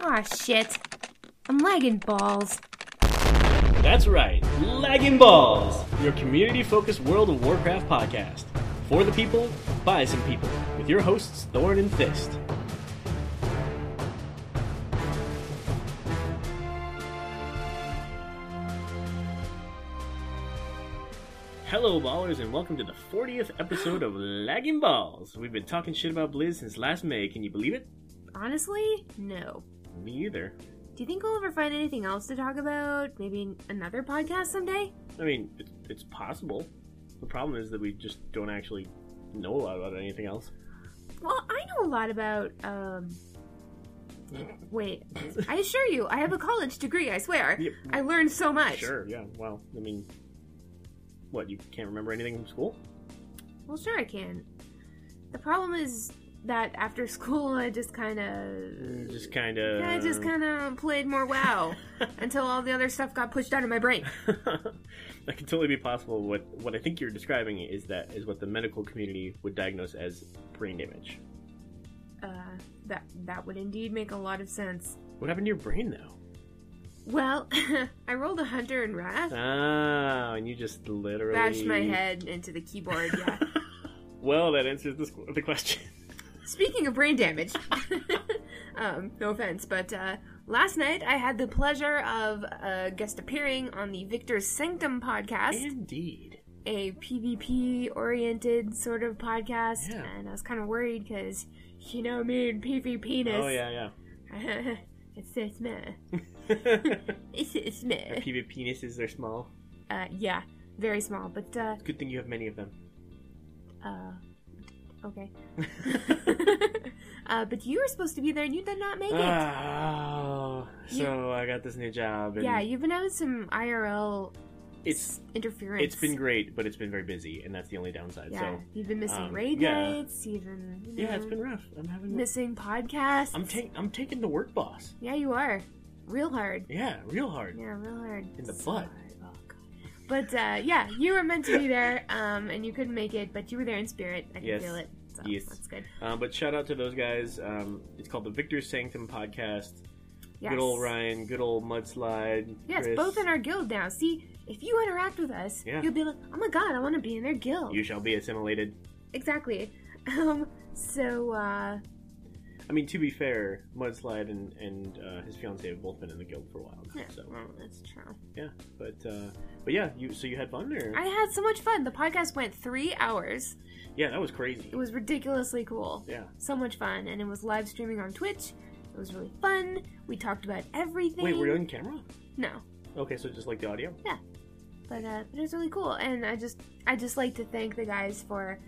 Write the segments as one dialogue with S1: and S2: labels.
S1: Aw, shit. I'm lagging balls.
S2: That's right, Lagging Balls, your community focused World of Warcraft podcast. For the people, by some people, with your hosts Thorn and Fist. Hello, ballers, and welcome to the 40th episode of Lagging Balls. We've been talking shit about Blizz since last May. Can you believe it?
S1: Honestly, no.
S2: Me either.
S1: Do you think we'll ever find anything else to talk about? Maybe another podcast someday?
S2: I mean, it, it's possible. The problem is that we just don't actually know a lot about anything else.
S1: Well, I know a lot about, um. Wait, I assure you, I have a college degree, I swear.
S2: Yep.
S1: I learned so much.
S2: Sure, yeah. Well, I mean, what, you can't remember anything from school?
S1: Well, sure, I can. The problem is that after school, I just kind of.
S2: Just kind of.
S1: Mm, I just kind of played more WoW until all the other stuff got pushed out of my brain.
S2: that can totally be possible. What what I think you're describing is that is what the medical community would diagnose as brain damage.
S1: Uh, that that would indeed make a lot of sense.
S2: What happened to your brain though?
S1: Well, I rolled a hunter in wrath,
S2: Ah, and you just literally
S1: bashed my head into the keyboard. Yeah.
S2: Well, that answers the, squ- the question.
S1: Speaking of brain damage, um, no offense, but uh, last night I had the pleasure of uh, guest appearing on the Victor's Sanctum podcast,
S2: Indeed.
S1: a PvP-oriented sort of podcast,
S2: Yeah.
S1: and I was kind of worried because you know me and PvP.
S2: Oh yeah,
S1: it's it's me.
S2: yeah.
S1: It's it's me.
S2: PV penises are small.
S1: Uh, yeah, very small, but uh,
S2: Good thing you have many of them.
S1: Uh, okay. uh, but you were supposed to be there and you did not make it.
S2: Oh, so Ah, I got this new job. And
S1: Yeah, you've been having some IRL
S2: it's
S1: interference.
S2: it's been great, but it's been very busy, and that's the only downside.
S1: Yeah,
S2: So
S1: you've been missing
S2: um,
S1: raid
S2: yeah.
S1: nights. You've been you
S2: yeah, it's
S1: know,
S2: been rough. I'm having
S1: missing podcasts.
S2: I'm taking I'm taking the work boss.
S1: yeah, you are real hard.
S2: Yeah, real hard.
S1: Yeah, real hard.
S2: In the
S1: So
S2: butt.
S1: hard. Oh, God. But uh, yeah, you were meant to be there, um, and you couldn't make it, but you were there in spirit. I can
S2: Yes.
S1: feel it. So
S2: Yes.
S1: that's good.
S2: Um, but shout out to those guys. Um, it's called the Victor's Sanctum podcast.
S1: Yes.
S2: Good old Ryan. Good old mudslide.
S1: Yes,
S2: Chris.
S1: both in our guild now. See, if you interact with us,
S2: Yeah.
S1: you'll be like, "Oh my god, I want to be in their guild."
S2: You shall be assimilated.
S1: Exactly. Um, so, uh,
S2: I mean, to be fair, mudslide and and uh, his fiance have both been in the guild for a while. Now,
S1: yeah,
S2: So
S1: well, that's true.
S2: yeah, but uh, but yeah, you so you had fun there.
S1: I had so much fun. The podcast went three hours.
S2: Yeah, that was crazy.
S1: It was ridiculously cool.
S2: yeah.
S1: So much fun, and it was live streaming on Twitch. It was really fun. We talked about everything.
S2: Wait, were you on camera?
S1: No,
S2: Okay, so just like the audio.
S1: but uh, but it was really cool, and I just I just like to thank the guys for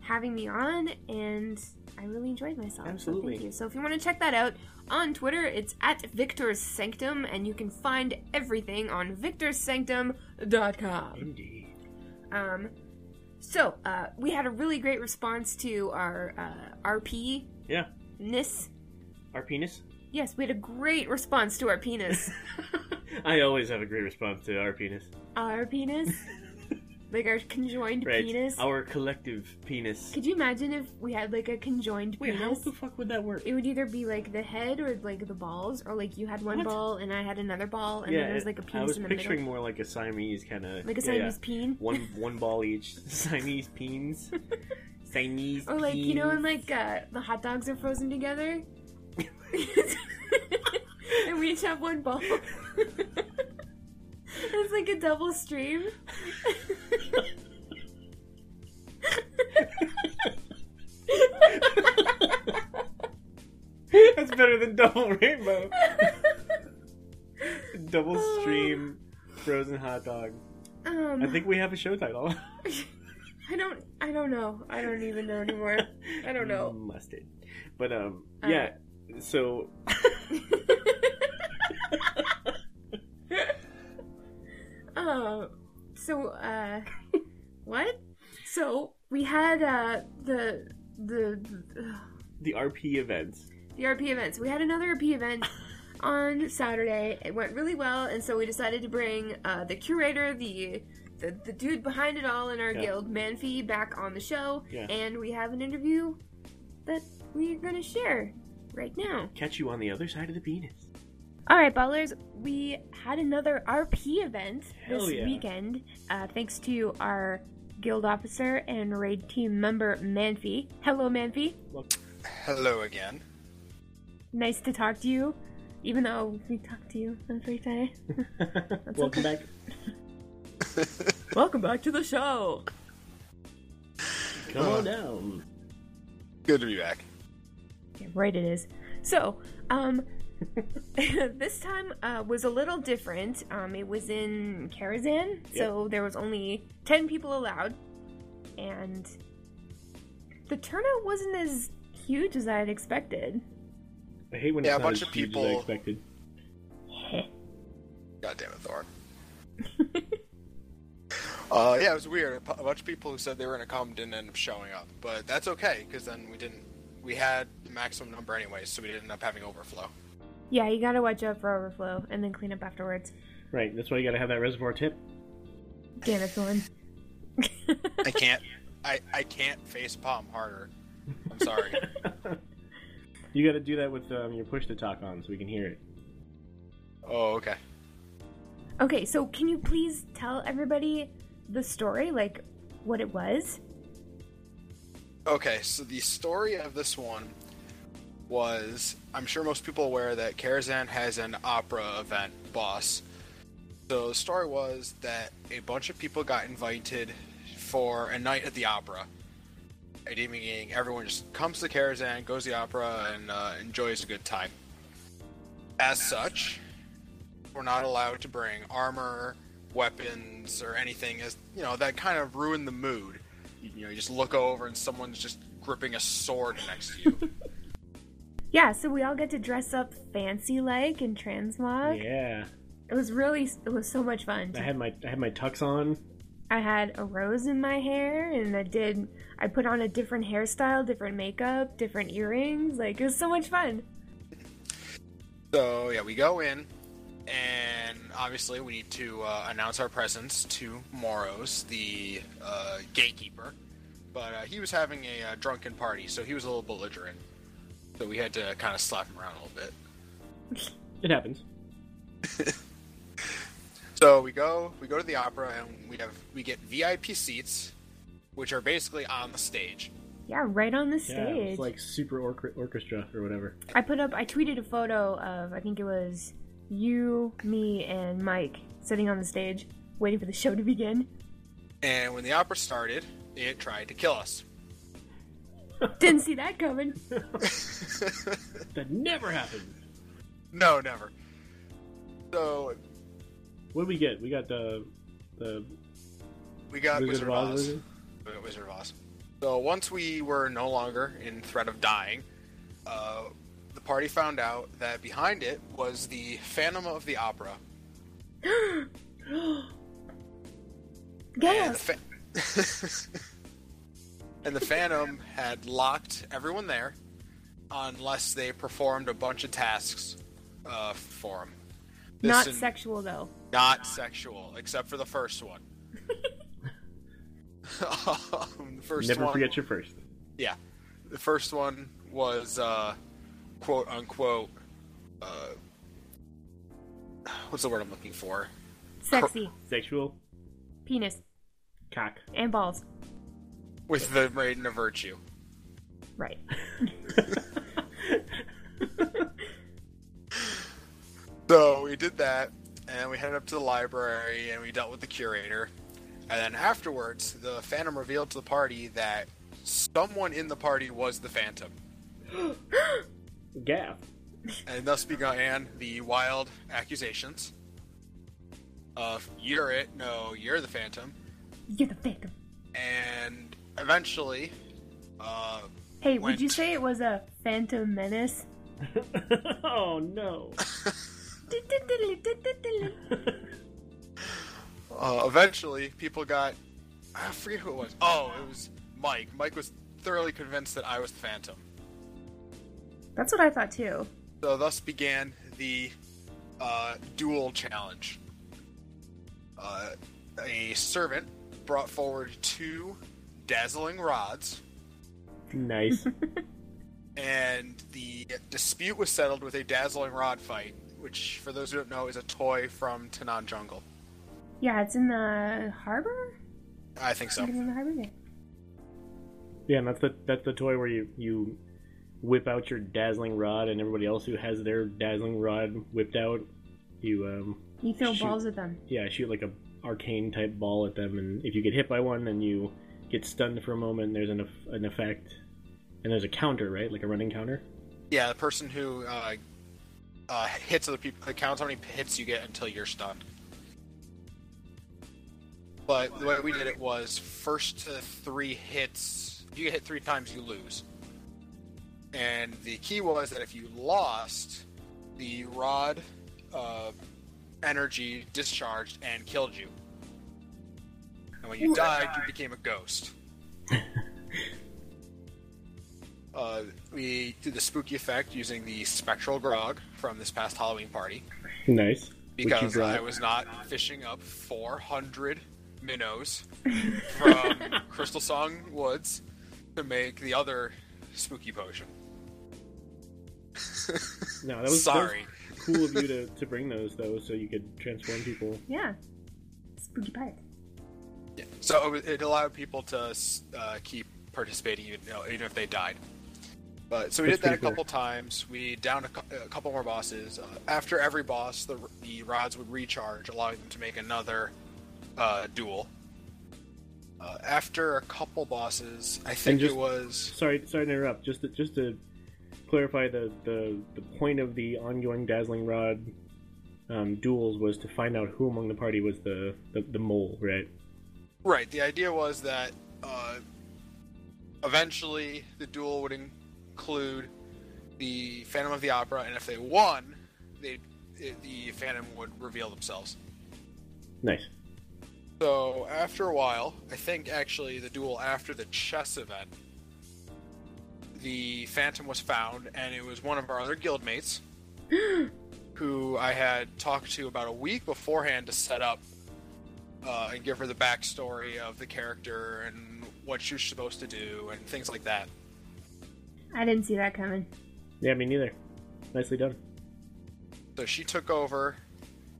S1: having me on, and I really enjoyed myself. so
S2: Absolutely.
S1: thank you. So if you want to check that out on Twitter, it's at Victor's Sanctum, and you can find everything on victorsanctum.com.
S2: Indeed.
S1: Um, so uh, we had a really great response to our uh, RP
S2: Yeah.
S1: ness.
S2: Our penis.
S1: Yes, we had a great response to our penis.
S2: I always have a great response to our penis.
S1: our penis, like our conjoined
S2: Right.
S1: penis.
S2: Our collective penis.
S1: Could you imagine if we had like a conjoined
S2: Wait, how
S1: penis?
S2: the fuck would that work?
S1: It would either be like the head or like the balls, or like you had one
S2: What?
S1: ball and I had another ball, and then there was like a
S2: I
S1: penis
S2: was
S1: in the
S2: picturing
S1: middle,
S2: more like a Siamese kind of
S1: like a Siamese peen,
S2: One one ball each. Siamese peens. Siamese.
S1: or like you know,
S2: peens.
S1: and like uh, the hot dogs are frozen together, and we each have one ball. it's like a double stream.
S2: That's better than double rainbow. double stream frozen hot dog.
S1: Um,
S2: I think we have a show title.
S1: I don't, I don't know. I don't even know anymore. I don't know.
S2: Mustard. But um
S1: Uh.
S2: yeah. So
S1: Oh, so uh, what? So we had uh the the
S2: the RP events.
S1: the RP events. We had another RP event on Saturday. It went really well, and so we decided to bring uh, the curator, the, the the dude behind it all in our
S2: Yeah.
S1: guild, Manfi, back on the show,
S2: Yeah.
S1: and we have an interview that we're gonna share right now.
S2: Catch you on the other side of the penis.
S1: All right, ballers. We had another RP event
S2: Hell
S1: this
S2: yeah.
S1: weekend, uh, thanks to our guild officer and raid team member Manfi. Hello, Manfi.
S3: Hello again.
S1: Nice to talk to you, even though we talk to you on free time.
S2: Welcome back.
S1: Welcome back to the show.
S2: Come on down.
S3: Good to be back.
S1: Yeah, right it is. So, um, this time uh, was a little different. Um, it was in Karazan, so there was only 10 people allowed. And the turnout wasn't as huge as I had expected.
S2: I hate when it's
S3: Yeah, a
S2: not
S3: bunch
S2: as
S3: of
S2: huge as I
S3: people-
S2: expected.
S3: God damn it, Thorn. uh, yeah, it was weird. A pu- A bunch of people who said they were going to come didn't end up showing up, but that's okay because then we didn't. We had the maximum number anyway, so we didn't end up having overflow.
S1: Yeah, you gotta watch out for overflow and then clean up afterwards.
S2: Right, that's why you gotta have that reservoir tip.
S1: Damn it, Thorn.
S3: I can't. I I can't face palm harder. I'm sorry.
S2: You gotta do that with um, your push to talk on so we can hear it.
S3: oh, okay.
S1: Okay, so can you please tell everybody the story, like what it was?
S3: Okay, so the story of this one was I'm sure most people are aware that Karazhan has an opera event boss. So the story was that a bunch of people got invited for a night at the opera. At the meaning everyone just comes to Karazhan, goes to the opera, and uh, enjoys a good time. As such, we're not allowed to bring armor, weapons, or anything as you know that kind of ruin the mood. You, you know, you just look over and someone's just gripping a sword next to you.
S1: Yeah, so we all got to dress up fancy like in transmog.
S2: Yeah,
S1: It was really, it was so much fun.
S2: I had my I had my tux on.
S1: I had a rose in my hair, and I did, I put on a different hairstyle, different makeup, different earrings. Like, it was so much fun.
S3: so yeah, we go in, and obviously we need to uh, announce our presence to Moros, the uh, gatekeeper. But uh, he was having a uh, drunken party, so he was a little belligerent. So we had to kind of slap him around a little bit.
S2: It happens.
S3: So we go, we go to the opera, and we have we get VIP seats, which are basically on the stage.
S1: Yeah, right on the
S2: Yeah, it
S1: stage.
S2: was like super orc- orchestra or whatever.
S1: I put up, I tweeted a photo of, I think it was you, me, and Mike sitting on the stage, waiting for the show to begin.
S3: And when the opera started, it tried to kill us.
S1: Didn't see that coming.
S2: That never happened.
S3: No, never. So
S2: What did we get? We got the the
S3: we got
S2: Wizard
S3: Wizard,
S2: of Oz
S3: of
S2: version?
S3: Oz. Uh, Wizard of Oz. So once we were no longer in threat of dying, uh, the party found out that behind it was the Phantom of the Opera. And the,
S1: Yes.
S3: fa- and the Phantom had locked everyone there unless they performed a bunch of tasks uh, for him.
S1: Not
S3: This and-
S1: sexual, though.
S3: Not sexual, except for the first one. Um, the first
S2: never
S3: one,
S2: forget your first.
S3: yeah, the first one was uh, quote unquote. Uh, what's the word I'm looking for?
S1: Sexy.
S2: Sexual
S1: Penis.
S2: cock.
S1: And balls.
S3: With the Maiden of Virtue.
S1: Right.
S3: So we did that, and we headed up to the library, and we dealt with the curator. And then afterwards, the Phantom revealed to the party that someone in the party was the Phantom,
S2: Gaff.
S3: and thus began the wild accusations of "You're it, no, you're the Phantom,"
S1: You're the victim.
S3: and eventually, uh,
S1: Hey, would
S3: Went.
S1: you say it was a phantom menace?
S2: oh no.
S3: uh, eventually, people got I forget who it was. Oh, it was Mike. Mike was thoroughly convinced that I was the Phantom.
S1: That's what I thought too.
S3: So thus began the uh, duel challenge. Uh, a servant brought forward two dazzling rods,
S2: nice.
S3: and the dispute was settled with a dazzling rod fight, which, for those who don't know, is a toy from Tanan Jungle.
S1: Yeah, it's in the harbor.
S3: I think so.
S1: It's in the harbor. Yeah.
S2: Yeah, and that's the that's the toy where you you whip out your dazzling rod, and everybody else who has their dazzling rod whipped out, you um
S1: You throw
S2: Shoot.
S1: balls at them.
S2: yeah shoot like a arcane type ball at them, and if you get hit by one, then you get stunned for a moment. And there's an eff- an effect, and there's a counter, right? Like a running counter.
S3: Yeah, the person who uh, uh, hits other people it counts how many hits you get until you're stunned. But the way we did it was first to three hits. If you get hit three times, you lose. And the key was that if you lost, the rod uh, energy discharged and killed you. And when you died, you became a ghost. Uh, we did the spooky effect using the spectral grog from this past Halloween party
S2: Nice. Which you
S3: because
S2: brought-
S3: I was not fishing up 400 minnows from Crystal Song Woods to make the other spooky potion.
S2: No, that was that was
S3: Sorry.
S2: cool of you to, to bring those though, so you could transform people.
S1: Yeah. Spooky pirates.
S3: So it, was- it allowed people to uh, keep participating, even, you know, even if they died. But so we
S2: That's
S3: did that a
S2: pretty cool.
S3: couple times. We downed a, cou- a couple more bosses. Uh, after every boss, the, the rods would recharge, allowing them to make another uh, duel. Uh, after a couple bosses, I think
S2: just-
S3: it was
S2: Sorry, sorry to interrupt. Just to, just to clarify, the, the the point of the ongoing dazzling rod um, duels was to find out who among the party was the the, the mole, right?
S3: Right. The idea was that uh, eventually the duel would include the Phantom of the Opera, and if they won, they it, the Phantom would reveal themselves.
S2: Nice.
S3: So after a while, I think actually the duel after the chess event, the Phantom was found, and it was one of our other guildmates who I had talked to about a week beforehand to set up uh, and give her the backstory of the character and what she's supposed to do and things like that.
S1: I didn't see that coming.
S2: Yeah, me neither. Nicely done.
S3: So she took over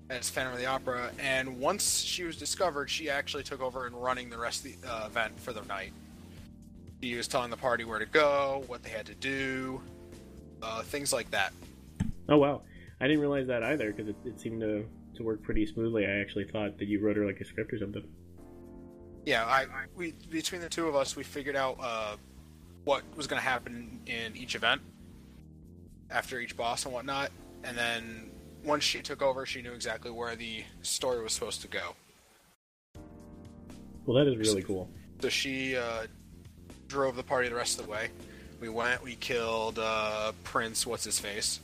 S3: as Phantom of the Opera, and once she was discovered, she actually took over and running the rest of the uh, event for the night. She was telling the party where to go, what they had to do, uh, things like that.
S2: Oh wow, I didn't realize that either because it, it seemed to to work pretty smoothly. I actually thought that you wrote her like a script or something.
S3: Yeah, I we between the two of us, we figured out uh, what was going to happen in each event after each boss and whatnot, and then once she took over, she knew exactly where the story was supposed to go.
S2: Well, that is really cool.
S3: So she uh, drove the party the rest of the way. We went, we killed uh, Prince, what's his face.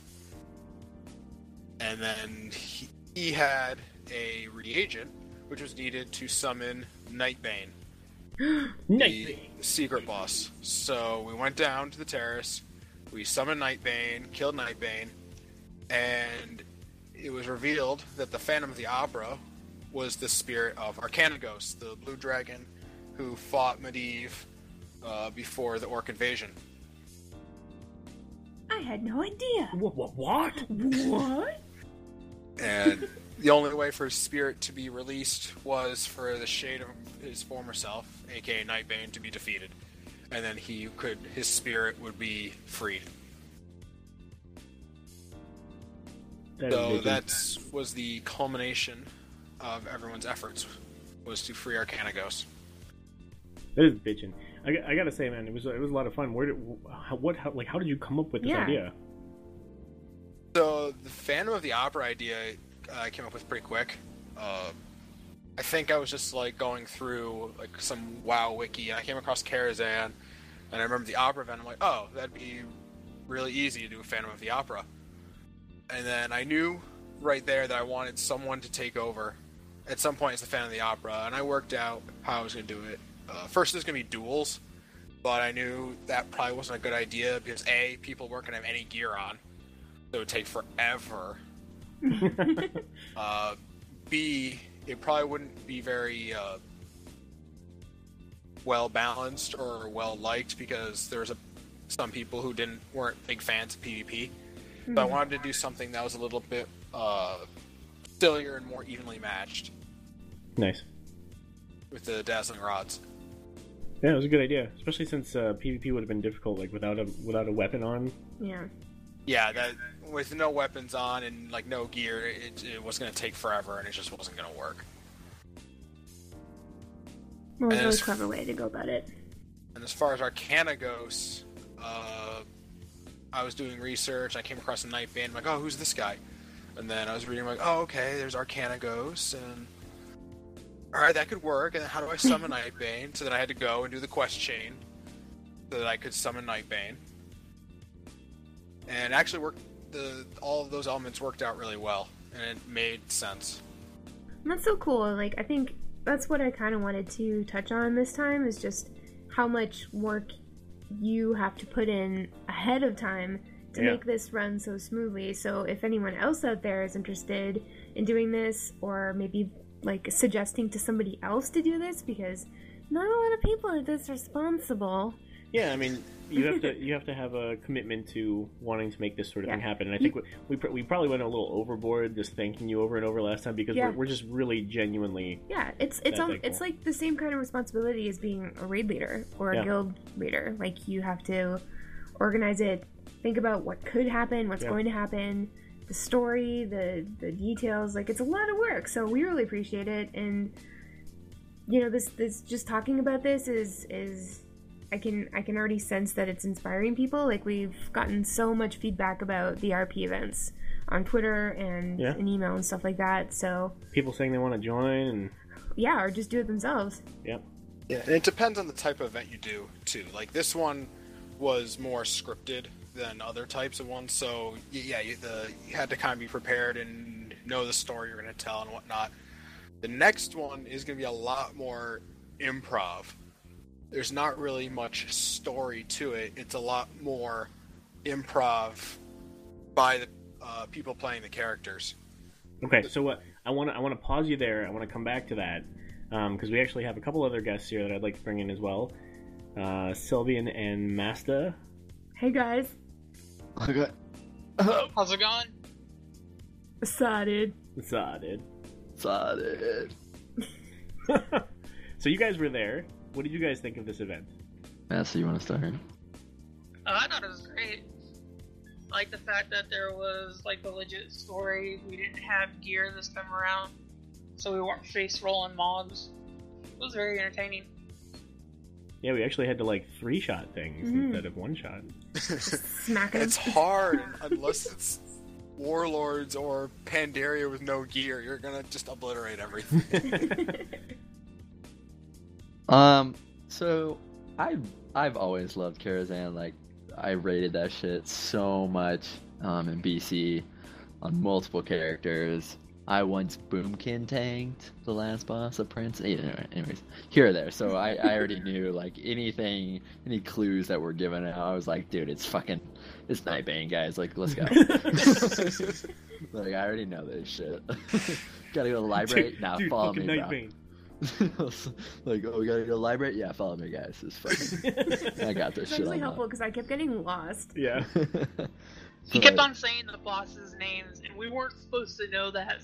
S3: And then he, he had a reagent, which was needed to summon Nightbane,
S2: Nice.
S3: the secret boss. So we went down to the terrace, we summoned Nightbane, killed Nightbane, and it was revealed that the Phantom of the Opera was the spirit of Arcanagos, the blue dragon who fought Medivh uh, before the Orc invasion.
S1: I had no idea.
S2: What? What? what?
S1: What?
S3: And the only way for his spirit to be released was for the shade of his former self, aka Nightbane, to be defeated. And then he could, his spirit would be freed.
S2: That is
S3: So
S2: amazing.
S3: that was the culmination of everyone's efforts, was to free Arcanagos.
S2: That is bitching. I, got- I gotta say, man, it was it was a lot of fun. Where did how, what how, like how did you come up with this
S1: Yeah.
S2: idea?
S3: So the Phantom of the Opera idea uh, I came up with pretty quick. Uh, I think I was just like going through like some WoW wiki. and I came across Karazhan, and I remember the opera event. I'm like, oh, that'd be really easy to do a Phantom of the Opera. And then I knew right there that I wanted someone to take over at some point as the Phantom of the Opera, and I worked out how I was going to do it. Uh, first, there's going to be duels, but I knew that probably wasn't a good idea because a people weren't going to have any gear on it would take forever. uh, B, it probably wouldn't be very uh, well balanced or well liked because there's a some people who didn't weren't big fans of PvP. So I wanted to do something that was a little bit uh, sillier and more evenly matched
S2: Nice.
S3: with the dazzling rods.
S2: Yeah, it was a good idea, especially since uh, PvP would have been difficult, like without a without a weapon on.
S1: Yeah.
S3: Yeah, that with no weapons on and like no gear, it, it was going to take forever, and it just wasn't going to work.
S1: Well, it's a
S3: And
S1: really
S3: it's-
S1: clever way to go about it.
S3: And as far as Arcana goes, uh, I was doing research. I came across a night band. I'm like, oh, who's this guy? And then I was reading, like, oh, okay, there's Arcana Ghosts, and all right, that could work. And then how do I summon Nightbane? So then I had to go and do the quest chain so that I could summon Nightbane. And actually, worked the all of those elements worked out really well, and it made sense.
S1: And that's so cool. Like I think that's what I kind of wanted to touch on this time is just how much work you have to put in ahead of time to
S2: Yeah.
S1: make this run so smoothly. So if anyone else out there is interested in doing this or maybe like suggesting to somebody else to do this because not a lot of people are this responsible.
S2: Yeah, I mean, you have to you have to have a commitment to wanting to make this sort of thing
S1: Yeah.
S2: happen. And I think we we, pr- we probably went a little overboard just thanking you over and over last time because
S1: Yeah.
S2: we're, we're just really genuinely
S1: Yeah, it's it's
S2: That's
S1: um,
S2: like
S1: it's
S2: cool.
S1: like the same kind of responsibility as being a raid leader or a
S2: Yeah.
S1: guild leader. Like you have to organize it, think about what could happen, what's
S2: Yeah.
S1: going to happen, the story, the the details. Like it's a lot of work, so we really appreciate it. And you know, this this just talking about this is is I can I can already sense that it's inspiring people. Like we've gotten so much feedback about the RP events on Twitter and
S2: Yeah.
S1: and email and stuff like that. So
S2: people saying they want to join and
S1: yeah, or just do it themselves.
S2: yeah.
S3: Yeah, and it depends on the type of event you do too. Like this one was more scripted than other types of ones, so y- yeah, you, the, you had to kind of be prepared and know the story you're going to tell and whatnot. The next one is going to be a lot more improv. There's not really much story to it. It's a lot more improv by the uh, people playing the characters.
S2: Okay, so what I want to I want to pause you there. I want to come back to that because we actually have a couple other guests here that I'd like to bring in as well. Uh, Sylvian and Masta.
S1: Hey guys,
S4: Okay.
S5: Hello, how's it going?
S1: excited.
S2: What's up, dude?
S4: Excited.
S2: so you guys were there. What did you guys think of this event?
S4: Master, you want to start?
S5: Uh, I thought it was great. I like the fact that there was like the legit story. We didn't have gear this time around, so we weren't face rolling mobs. It was very entertaining.
S2: Yeah, we actually had to like three shot things
S1: Mhm.
S2: instead of one shot.
S1: Smacking
S3: It's hard unless it's warlords or Pandaria with no gear. You're gonna just obliterate everything.
S4: Um, so I've I've always loved Karazhan. Like I rated that shit so much um, in BC on multiple characters. I once Boomkin tanked the last boss of Prince. eh, anyway- Anyways, here or there. So I, I already knew like anything, any clues that were given out. I was like, dude, it's fucking, it's Nightbane, guys. Like, let's go. like I already know this shit. Gotta go to the library.
S2: Dude,
S4: now
S2: dude,
S4: follow
S2: fucking
S4: me, bro.
S2: Nightbane.
S4: like, oh, we gotta go to the library? Yeah, follow me, guys. It's fucking. I got this
S1: It's
S4: shit.
S1: actually
S4: on
S1: helpful because I kept getting lost.
S2: yeah.
S4: that.
S5: He kept on saying the bosses' names, and we weren't supposed to know that.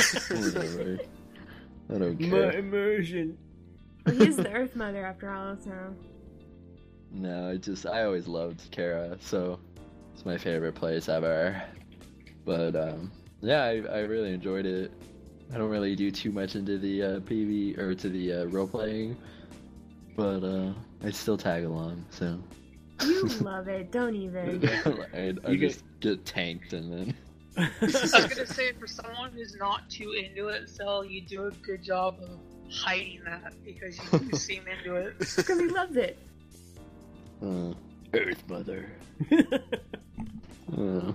S5: So
S4: Whatever. I don't
S2: My
S4: care.
S2: immersion.
S1: But He's the Earth Mother after all, so
S4: No, I just I always loved Kara, so it's my favorite place ever. But um, yeah, I, I really enjoyed it. I don't really do too much into the uh, PV or to the uh, role playing, but uh, I still tag along. So
S1: you love it. Don't even.
S4: I, I
S2: You get-
S4: just get tanked and then.
S5: I was gonna say for someone who's not too into it, Cell, you do a good job of hiding that because you do seem into it.
S1: Because he loves it.
S4: Uh, Earth Mother. Uh,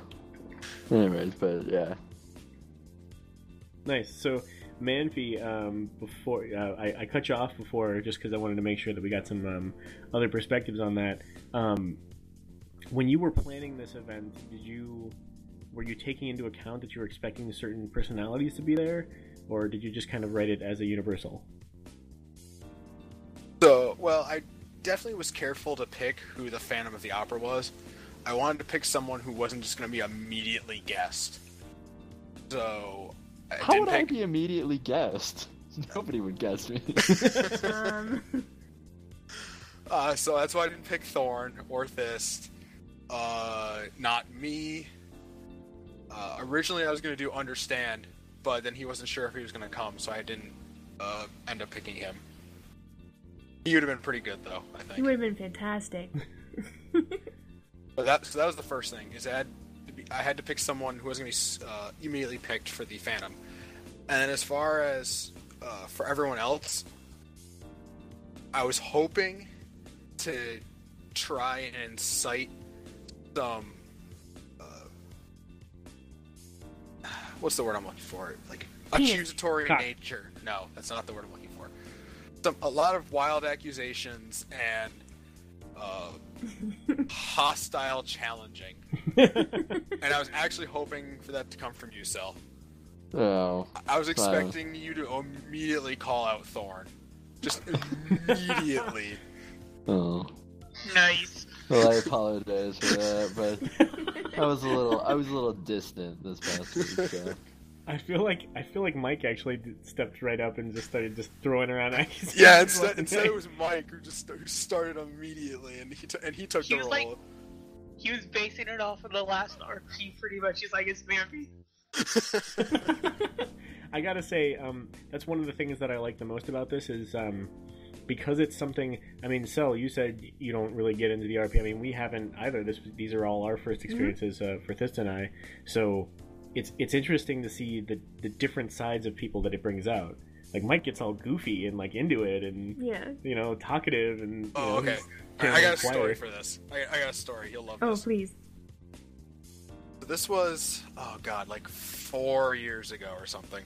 S4: anyways, but yeah.
S2: nice. So, Manfi, um, before uh, I, I cut you off before, just because I wanted to make sure that we got some um, other perspectives on that. Um, when you were planning this event, did you were you taking into account that you were expecting certain personalities to be there, or did you just kind of write it as a universal?
S3: so, well, I definitely was careful to pick who the Phantom of the Opera was. I wanted to pick someone who wasn't just going to be immediately guessed. So I
S4: How
S3: didn't
S4: would I
S3: pick.
S4: be immediately guessed? Nobody would guess me.
S1: Um,
S3: Uh, so that's why I didn't pick Thorn or Thist. Uh, not me. Uh, originally, I was going to do Understand, but then he wasn't sure if he was going to come, so I didn't uh, end up picking him. He would have been pretty good, though, I
S1: he
S3: think.
S1: would have been fantastic.
S3: But that, so that was the first thing, is I had to, be, I had to pick someone who wasn't going to be uh, immediately picked for the Phantom. And then as far as uh, for everyone else, I was hoping to try and incite some. Uh, what's the word I'm looking for? Like accusatory
S2: Cock.
S3: nature. No, that's not the word I'm looking for. Some a lot of wild accusations and uh, hostile challenging. and I was actually hoping for that to come from you, Sel.
S4: oh,
S3: I was
S4: Wow.
S3: expecting you to immediately call out Thorn. Just immediately.
S4: oh.
S5: Nice.
S4: Well, I apologize for that, but I was a little, I was a little distant this past week. So.
S2: I feel like I feel like Mike actually d- stepped right up and just started just throwing around accusations.
S3: yeah,
S2: left
S3: instead,
S2: and
S3: instead
S2: right.
S3: it was Mike who just who started immediately, and he t- and he took
S5: He
S3: the
S5: was
S3: role.
S5: like- He was basing it off of the last RP pretty much. He's like, it's Bambi.
S2: I gotta say, um, that's one of the things that I like the most about this is um, because it's something. I mean, Sel, you said you don't really get into the RP. I mean, we haven't either. This, these are all our first experiences uh, for Thist and I. So it's it's interesting to see the the different sides of people that it brings out. Like Mike gets all goofy and like into it, and
S1: yeah.
S2: you know, talkative and. you
S3: oh,
S2: know,
S3: okay.
S2: he's
S3: I,
S2: kind
S3: I
S2: of
S3: got a
S2: quiet.
S3: story for this. I, I got a story. You'll love
S1: Oh,
S3: this.
S1: please.
S3: This was oh god, like four years ago or something,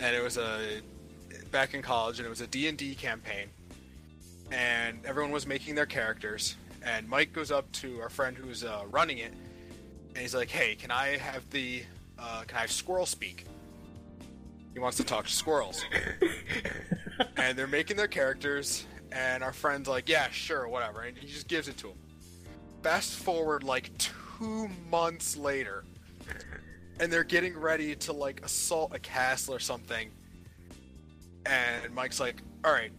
S3: and it was a back in college, and it was a D and D campaign, and everyone was making their characters, and Mike goes up to our friend who's uh, running it, and he's like, "Hey, can I have the uh, can I have squirrel speak?" He wants to talk to squirrels, and they're making their characters, and our friend's like, "Yeah, sure, whatever," and he just gives it to him fast forward like two months later and they're getting ready to like assault a castle or something and mike's like all right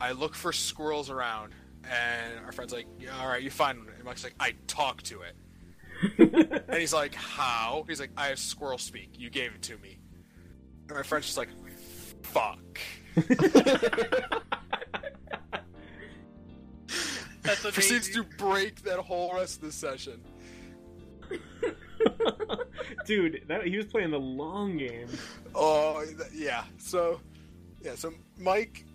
S3: i look for squirrels around and our friend's like yeah, all right you find one and mike's like i talk to it and he's like how he's like i have squirrel speak you gave it to me and my friend's just like fuck
S5: That's amazing.
S3: proceeds to break that whole rest of the session
S2: Dude, that, he was playing the long game.
S3: Oh th- yeah. So yeah. So Mike,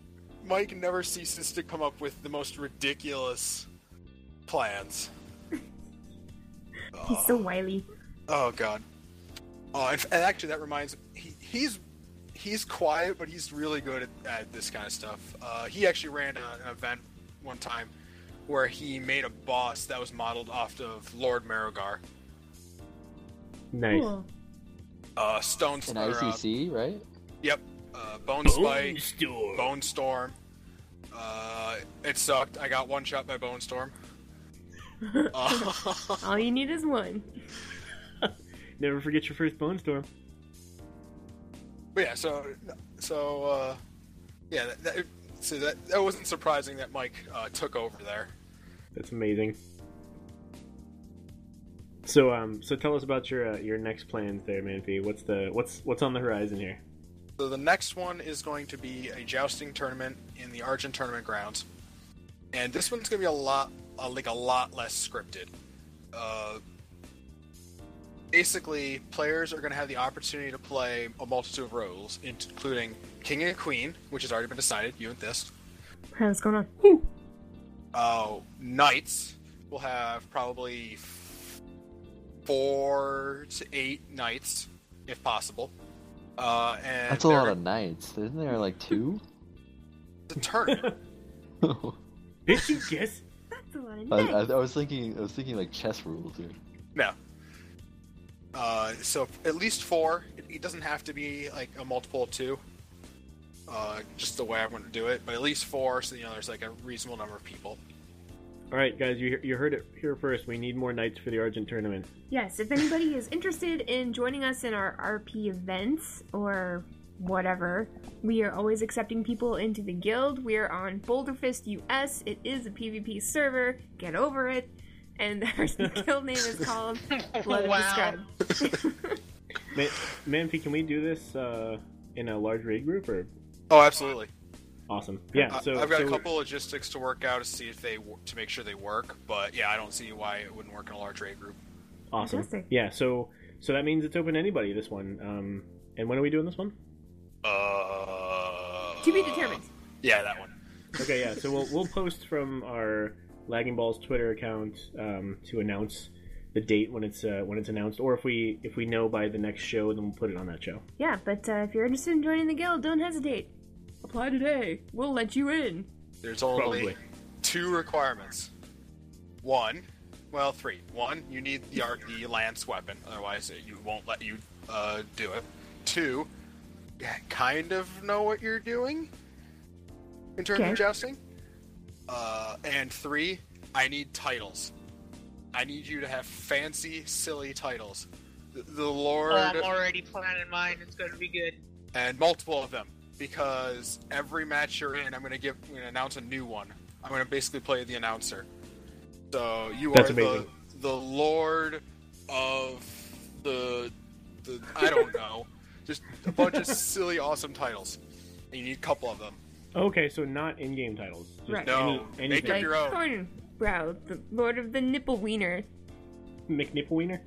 S3: Mike never ceases to come up with the most ridiculous plans.
S1: He's so wily.
S3: Oh god. Oh, and, and actually, that reminds he, he's he's quiet, but he's really good at, at this kind of stuff. Uh, he actually ran a, an event one time where he made a boss that was modeled off of Lord Marogar.
S2: Nice.
S1: Cool.
S3: Uh, Stone
S4: An
S3: or, uh,
S4: ICC, right?
S3: Yep. Uh, Bone, Spike. Bone Storm. Uh, it sucked. I got one shot by Bone Storm. Uh,
S1: All you need is one.
S2: Never forget your first bone storm.
S3: but yeah, so so uh, yeah, that, that, so that that wasn't surprising that Mike uh, took over there.
S2: That's amazing. So, um, so tell us about your uh, your next plans there, Manfi. What's the what's what's on the horizon here?
S3: So the next one is going to be a jousting tournament in the Argent tournament grounds, and this one's going to be a lot, uh, like a lot less scripted. Uh, basically, players are going to have the opportunity to play a multitude of roles, including king and queen, which has already been decided. You and this.
S1: Hi, what's going on?
S3: Uh, knights will have probably f- four to eight knights, if possible. Uh, and
S4: That's a lot
S3: they're-
S4: of nights. Isn't there like two?
S3: it's a tournament.
S4: I,
S2: Did you guess?
S1: That's a lot of
S4: I,
S1: nice.
S4: I was thinking, I was thinking like chess rules here.
S3: No. Uh, so at least four. It, it doesn't have to be like a multiple of two. uh, just the way I want to do it, but at least four, so you know there's like a reasonable number of people.
S2: All right, guys, you you heard it here first. We need more knights for the Argent tournament.
S1: Yes, if anybody is interested in joining us in our RP events or whatever, we are always accepting people into the guild. We're on Boulder Fist US. It is a PvP server. Get over it. And our guild name is called Blood of the
S5: wow.
S1: Scribe.
S2: Ma- Manfi, can we do this uh, in a large raid group or?
S3: Oh, absolutely.
S2: Awesome. Yeah.
S3: I-
S2: So
S3: I've got
S2: so-
S3: a couple logistics to work out to see if they w- to make sure they work, but yeah, I don't see why it wouldn't work in a large raid group.
S2: Awesome.
S1: Fantastic.
S2: Yeah. So so that means it's open to anybody. This one. Um, and when are we doing this one?
S3: Uh,
S1: To be determined.
S3: Yeah, that one.
S2: Okay. Yeah. So we'll we'll post from our Lagging Balls Twitter account um, to announce the date when it's uh, when it's announced, or if we if we know by the next show, then we'll put it on that show.
S1: Yeah, but uh, if you're interested in joining the guild, don't hesitate. Apply today. We'll let you in.
S3: There's only
S2: Probably.
S3: two requirements. One, well, three. One, you need the ar- the lance weapon, otherwise it- you won't let you uh, do it. Two, you kind of know what you're doing in terms
S1: Okay.
S3: of jousting. Uh, and three, I need titles. I need you to have fancy, silly titles. The, the Lord
S5: Oh, I'm already planning mine. It's going to be good.
S3: and multiple of them because every match you're in, I'm gonna give, I'm gonna announce a new one. I'm gonna basically play the announcer. So you
S2: That's
S3: are
S2: amazing.
S3: the the Lord of the the I don't know, just a bunch of silly awesome titles. And you need a couple of them.
S2: Okay. So not in-game titles. Just
S1: Right.
S3: No,
S2: Any, anything.
S3: make it-
S1: Like
S3: your own.
S1: Thornbrow, the Lord of the Nipple Wiener.
S2: McNipple wiener.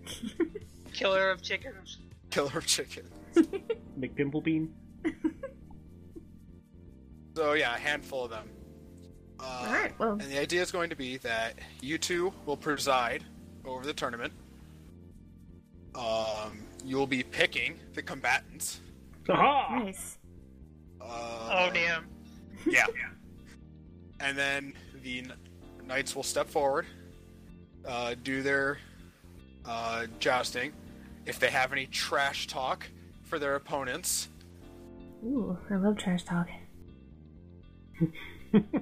S5: Killer of chickens.
S3: Killer chicken.
S2: McPimple bean.
S3: So yeah, a handful of them. Uh,
S1: All right, well,
S3: And the idea is going to be that you two will preside over the tournament. Um, you'll be picking the combatants.
S2: Aha!
S1: nice.
S3: Uh,
S5: Oh, damn.
S3: Yeah. and then the kn- knights will step forward, uh, do their uh, jousting. If they have any trash talk for their opponents,
S1: Ooh, I love trash talk.
S3: and Oh,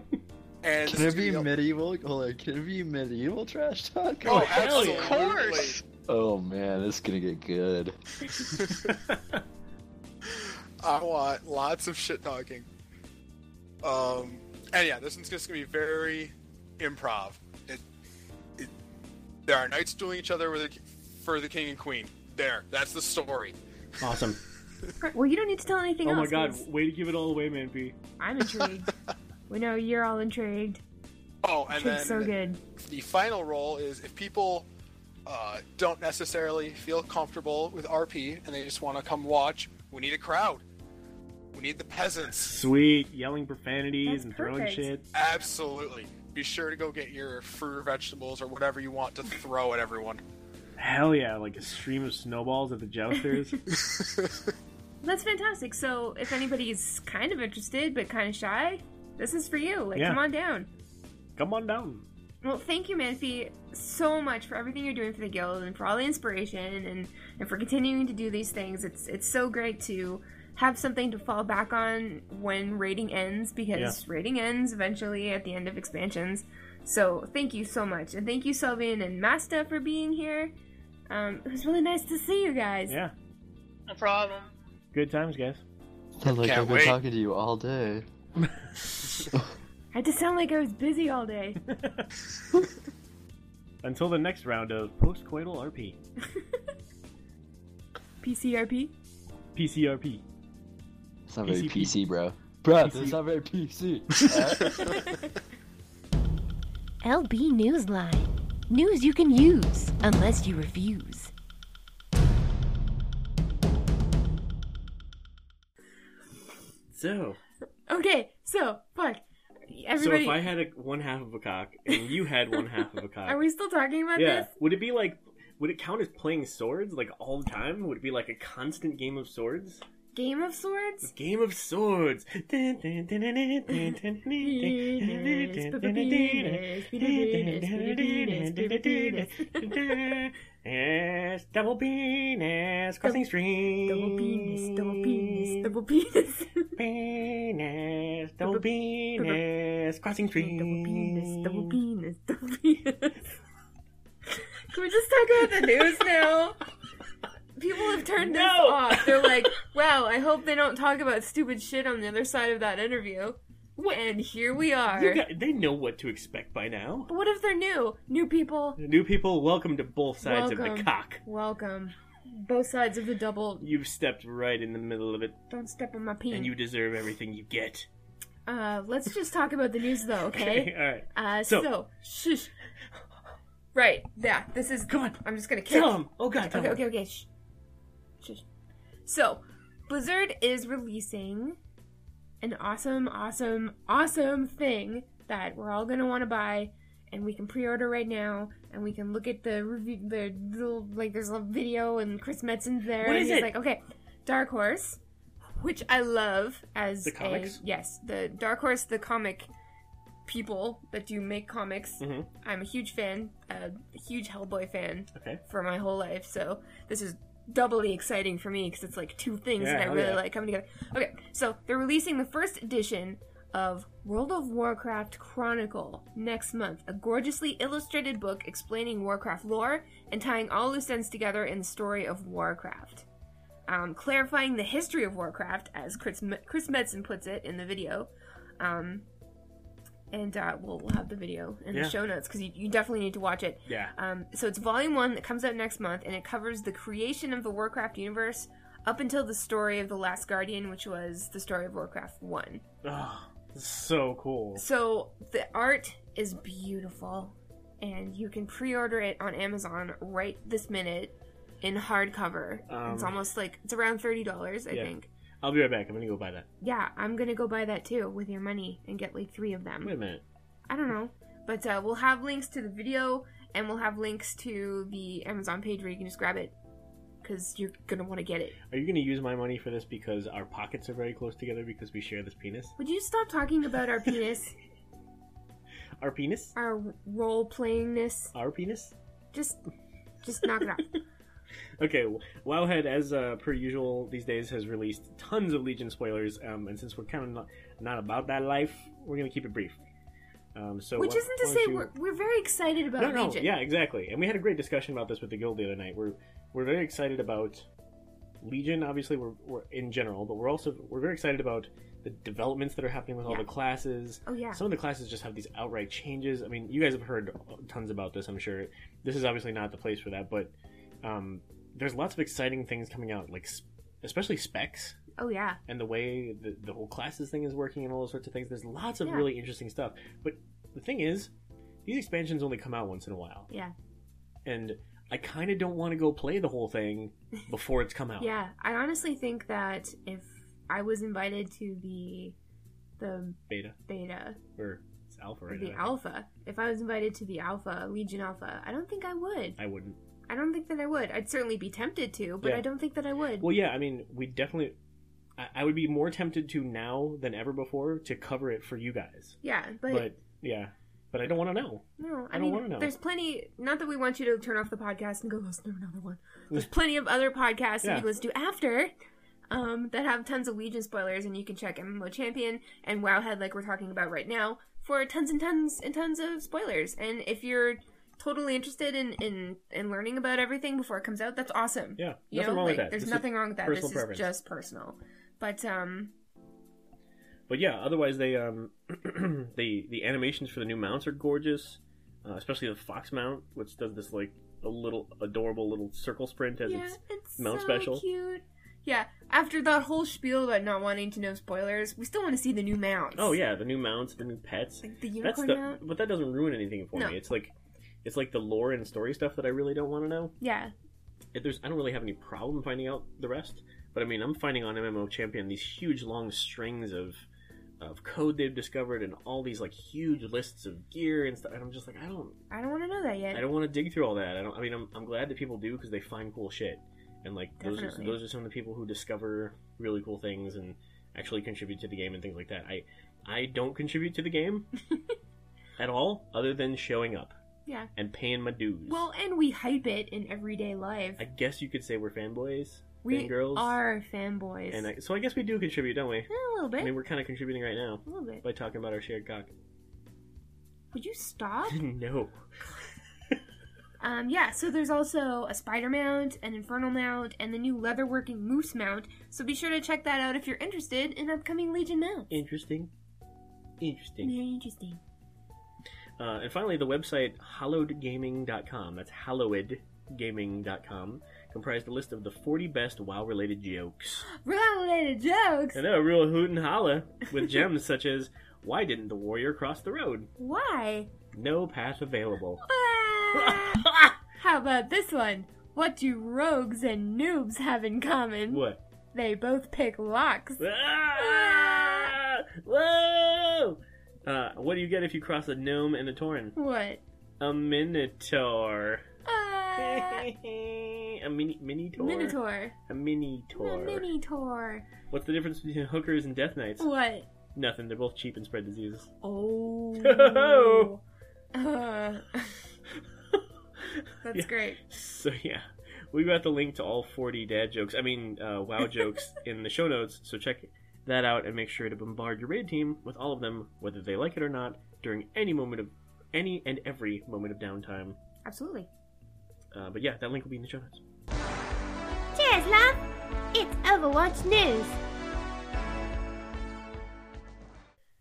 S4: Can
S3: this is
S4: it be
S3: gonna
S4: medieval? Hold on, can it be medieval trash talk?
S3: Oh,
S2: hell yeah.
S3: absolutely.
S5: Of course.
S4: Oh man, this is gonna get good.
S3: I want lots of shit talking. Um, and yeah, this one's just gonna be very improv. It, it, there are knights dueling each other with the, for the king and queen. There, that's the story.
S2: awesome.
S1: Right, Well, you don't need to tell anything
S2: Oh
S1: else.
S2: my god!
S1: 'cause
S2: Way to give it all away, Manfi.
S1: I'm intrigued. we know you're all intrigued.
S3: Oh, and then
S1: It's so good.
S3: the final role is if people uh, don't necessarily feel comfortable with RP and they just want to come watch, we need a crowd. We need the peasants.
S2: Sweet, yelling
S1: That's
S2: profanities and
S1: perfect.
S2: throwing shit.
S3: Absolutely. Be sure to go get your fruit or vegetables or whatever you want to throw at everyone.
S2: Hell yeah! Like a stream of snowballs at the jousters.
S1: That's fantastic. So, if anybody's kind of interested but kind of shy, this is for you. Like,
S2: Yeah.
S1: come on down.
S2: Come on down.
S1: Well, thank you, Manfi, so much for everything you're doing for the guild and for all the inspiration and, and for continuing to do these things. It's it's so great to have something to fall back on when rating ends because
S2: Yeah.
S1: rating ends eventually at the end of expansions. So thank you so much, and thank you, Sylvian and Masta, for being here. Um, it was really nice to see you guys.
S2: Yeah,
S5: No problem.
S2: good times, guys.
S4: Sounds like
S3: Can't
S4: I've been
S3: wait.
S4: talking to you all day.
S1: I had to sound like I was busy all day.
S2: Until the next round of post-coital RP,
S1: PCRP.
S2: PCRP.
S4: It's not very
S2: PCP.
S4: PC, bro. Bro,
S2: PC.
S4: it's not very PC.
S6: LB Newsline. News you can use, unless you refuse.
S2: So,
S1: Okay, so fuck everybody.
S2: so if I had a, one half of a cock and you had one half of a cock,
S1: Are we still talking about
S2: yeah,
S1: this?
S2: would it be like? Would it count as playing swords like all the time? Would it be like a constant game of swords?
S1: Game of Swords.
S2: Game of Swords. Yes, double penis, crossing stream.
S1: Double penis, double penis, double penis.
S2: penis, double
S1: Double-
S2: penis, crossing trees.
S1: Double penis, double penis, double penis. Can we just talk about the news now? People have turned this
S2: No.
S1: off. They're like, wow, I hope they don't talk about stupid shit on the other side of that interview. And here we are.
S2: You got- they know what to expect by now.
S1: but what if they're new? New people,
S2: New people, welcome to both sides of the
S1: Welcome.
S2: cock.
S1: welcome. Both sides of the double.
S2: You've stepped right in the middle of it,
S1: Don't step on my peen.
S2: and you deserve everything you get.
S1: Uh, let's just talk about the news though, okay?
S2: all right.
S1: Uh,
S2: So-
S1: so, shush. Right, yeah, this is.
S2: Come on,
S1: I'm just gonna kick.
S2: tell them. Oh God, tell
S1: Okay,
S2: 'em.
S1: okay, okay. Shh. Shh. So, Blizzard is releasing an awesome, awesome, awesome thing that we're all gonna want to buy, and we can pre-order right now, and we can look at the review. The little like, there's a little video, and Chris Metzen's there,
S2: What
S1: and
S2: is
S1: he's
S2: it?
S1: like, okay, Dark Horse, which I love as
S2: The
S1: a-
S2: comics?
S1: yes, the Dark Horse, the comic people that do make comics.
S2: Mhm.
S1: I'm a huge fan, a huge Hellboy fan
S2: Okay.
S1: for my whole life. So this is doubly exciting for me because it's like two things
S2: Yeah,
S1: that I
S2: hell
S1: really
S2: yeah.
S1: like coming together. Okay, so they're releasing the first edition of World of Warcraft Chronicle next month, a gorgeously illustrated book explaining Warcraft lore and tying all loose ends together in the story of Warcraft. Um, clarifying the history of Warcraft, as Chris, Me- Chris Metzen puts it in the video. Um, and uh, we'll, we'll have the video in
S2: Yeah.
S1: the show notes because you, you definitely need to watch it.
S2: Yeah.
S1: Um, so it's volume one that comes out next month, and it covers the creation of the Warcraft universe up until the story of the Last Guardian, which was the story of Warcraft One.
S2: Oh, so cool.
S1: So the art is beautiful, and you can pre-order it on Amazon right this minute in hardcover.
S2: Um,
S1: it's almost like it's around thirty dollars, I
S2: Yeah.
S1: think.
S2: I'll be right back. I'm gonna go buy that.
S1: Yeah, I'm gonna go buy that too with your money and get like three of them.
S2: Wait a minute.
S1: I don't know. But uh, we'll have links to the video and we'll have links to the Amazon page where you can just grab it because you're going to want to get it.
S2: Are you gonna use my money for this because our pockets are very close together because we share this penis?
S1: Would you stop talking about our penis,
S2: Our penis?
S1: our role playingness?
S2: Our penis?
S1: Just just knock it off.
S2: Okay, w- Wowhead, as uh, per usual these days, has released tons of Legion spoilers, um, and since we're kind of not, not about that life, we're gonna keep it brief. Um, so
S1: Which
S2: why-
S1: isn't to
S2: why
S1: say
S2: don't you-
S1: we're, we're very excited about
S2: no, no,
S1: Legion.
S2: yeah, exactly. And we had a great discussion about this with the guild the other night. We're we're very excited about Legion. Obviously, we're, we're in general, but we're also we're very excited about the developments that are happening with all
S1: Yeah.
S2: the classes.
S1: Oh, yeah.
S2: Some of the classes just have these outright changes. I mean, you guys have heard tons about this, I'm sure. This is obviously not the place for that, but um, there's lots of exciting things coming out, like s- especially specs
S1: Oh, yeah.
S2: and the way the, the whole classes thing is working and all those sorts of things. There's lots of
S1: Yeah.
S2: really interesting stuff. But the thing is, these expansions only come out once in a while.
S1: Yeah.
S2: And I kind of don't want to go play the whole thing before it's come out.
S1: Yeah. I honestly think that if I was invited to the the
S2: Beta.
S1: beta,
S2: Or it's alpha
S1: or
S2: right
S1: the
S2: now.
S1: alpha, if I was invited to the alpha, Legion alpha, I don't think I would.
S2: I wouldn't.
S1: I don't think that I would. I'd certainly be tempted to, but
S2: Yeah.
S1: I don't think that I would.
S2: Well, yeah, I mean, we definitely. I, I would be more tempted to now than ever before to cover it for you guys.
S1: yeah, but,
S2: But, yeah. But I don't want to know.
S1: no,
S2: I
S1: I,
S2: don't wanna
S1: mean,
S2: know.
S1: there's plenty. Not that we want you to turn off the podcast and go listen to another one. There's plenty of other podcasts that
S2: Yeah.
S1: you can listen to after um, that have tons of Legion spoilers, and you can check MMO Champion and Wowhead, like we're talking about right now, for tons and tons and tons of spoilers. And if you're totally interested in in, in learning about everything before it comes out, that's awesome.
S2: Yeah.
S1: You
S2: nothing
S1: know,
S2: wrong
S1: like,
S2: with that.
S1: There's
S2: This is-
S1: nothing wrong with that. This
S2: personal
S1: is
S2: preference.
S1: just personal. But um,
S2: But yeah, otherwise they um the the animations for the new mounts are gorgeous, uh, especially the fox mount, which does this like a little adorable little circle sprint as
S1: yeah,
S2: it's
S1: it's
S2: Mount
S1: so
S2: Special.
S1: Cute. Yeah. After that whole spiel about not wanting to know spoilers, we still want to see the new mounts.
S2: oh yeah the new mounts, the new pets.
S1: Like the
S2: That's
S1: unicorn
S2: the
S1: mount.
S2: but that doesn't ruin anything for
S1: No.
S2: me. It's like it's like the lore and story stuff that I really don't want to know.
S1: Yeah.
S2: If there's I don't really have any problem finding out the rest, but I mean I'm finding on MMO Champion these huge long strings of of code they've discovered and all these like huge lists of gear and stuff and I'm just like I don't
S1: I don't want to know that yet.
S2: I don't want to dig through all that. I don't. I mean, I'm, I'm glad that people do because they find cool shit, and like those are,
S1: Definitely.
S2: those are some of the people who discover really cool things and actually contribute to the game and things like that. I I don't contribute to the game at all, other than showing up.
S1: Yeah.
S2: and paying my dues.
S1: Well, and we hype it in everyday life.
S2: I guess you could say we're fanboys,
S1: we
S2: fangirls,
S1: are fanboys.
S2: and I, so I guess we do contribute, don't we?
S1: Eh, a little bit.
S2: I mean, we're kind of contributing right now
S1: a little bit.
S2: by talking about our shared cock.
S1: Would you stop?
S2: no,
S1: Um, yeah, so there's also a spider mount, an infernal mount, and the new leatherworking moose mount. So be sure to check that out if you're interested in upcoming Legion mounts.
S2: interesting, interesting.
S1: Very interesting.
S2: Uh, and finally, the website hollowedgaming.com. That's hollowedgaming.com. Comprised a list of the 40 best WoW-related jokes.
S1: Related jokes.
S2: I know, a real hoot and holla with gems such as, "Why didn't the warrior cross the road?
S1: Why?
S2: No path available."
S1: Ah! How about this one? What do rogues and noobs have in common?
S2: what?
S1: They both pick locks.
S2: Ah! Whoa! Uh, what do you get if you cross a gnome and a tauren?
S1: What?
S2: A minotaur.
S1: Ah!
S2: a mini minotaur.
S1: Minotaur.
S2: A
S1: A
S2: minotaur.
S1: Minotaur.
S2: What's the difference between hookers and death knights?
S1: What?
S2: Nothing. They're both cheap and spread diseases.
S1: Oh. Uh, that's
S2: Oh. Yeah.
S1: great.
S2: So yeah, we got the link to all 40 dad jokes. I mean, uh, wow jokes in the show notes. So check that out and make sure to bombard your raid team with all of them, whether they like it or not, during any moment of any and every moment of downtime.
S1: Absolutely.
S2: Uh, but yeah, that link will be in the show notes.
S6: Cheers, love! It's Overwatch News!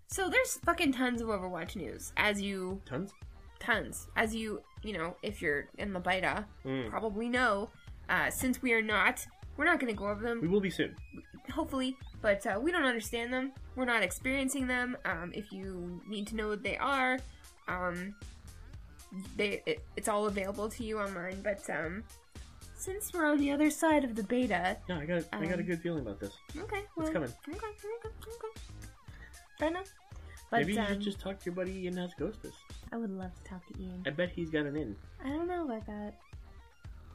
S1: So there's fucking tons of Overwatch news, as you
S2: Tons.
S1: tons, as you you know, if you're in the beta,
S2: Mm.
S1: probably know. Uh, since we are not, we're not going to go over them.
S2: We will be soon.
S1: hopefully, but uh, we don't understand them. We're not experiencing them. Um, if you need to know what they are, um, they it, it's all available to you online. But um, since we're on the other side of the beta,
S2: No, I got I got a
S1: Um,
S2: good feeling about this.
S1: okay, well,
S2: coming.
S1: Okay, okay, okay. Fair enough. But
S2: Maybe you
S1: um,
S2: should just talk to your buddy Ian House Ghostus.
S1: I would love to talk to Ian.
S2: I bet he's got an in.
S1: I don't know about that.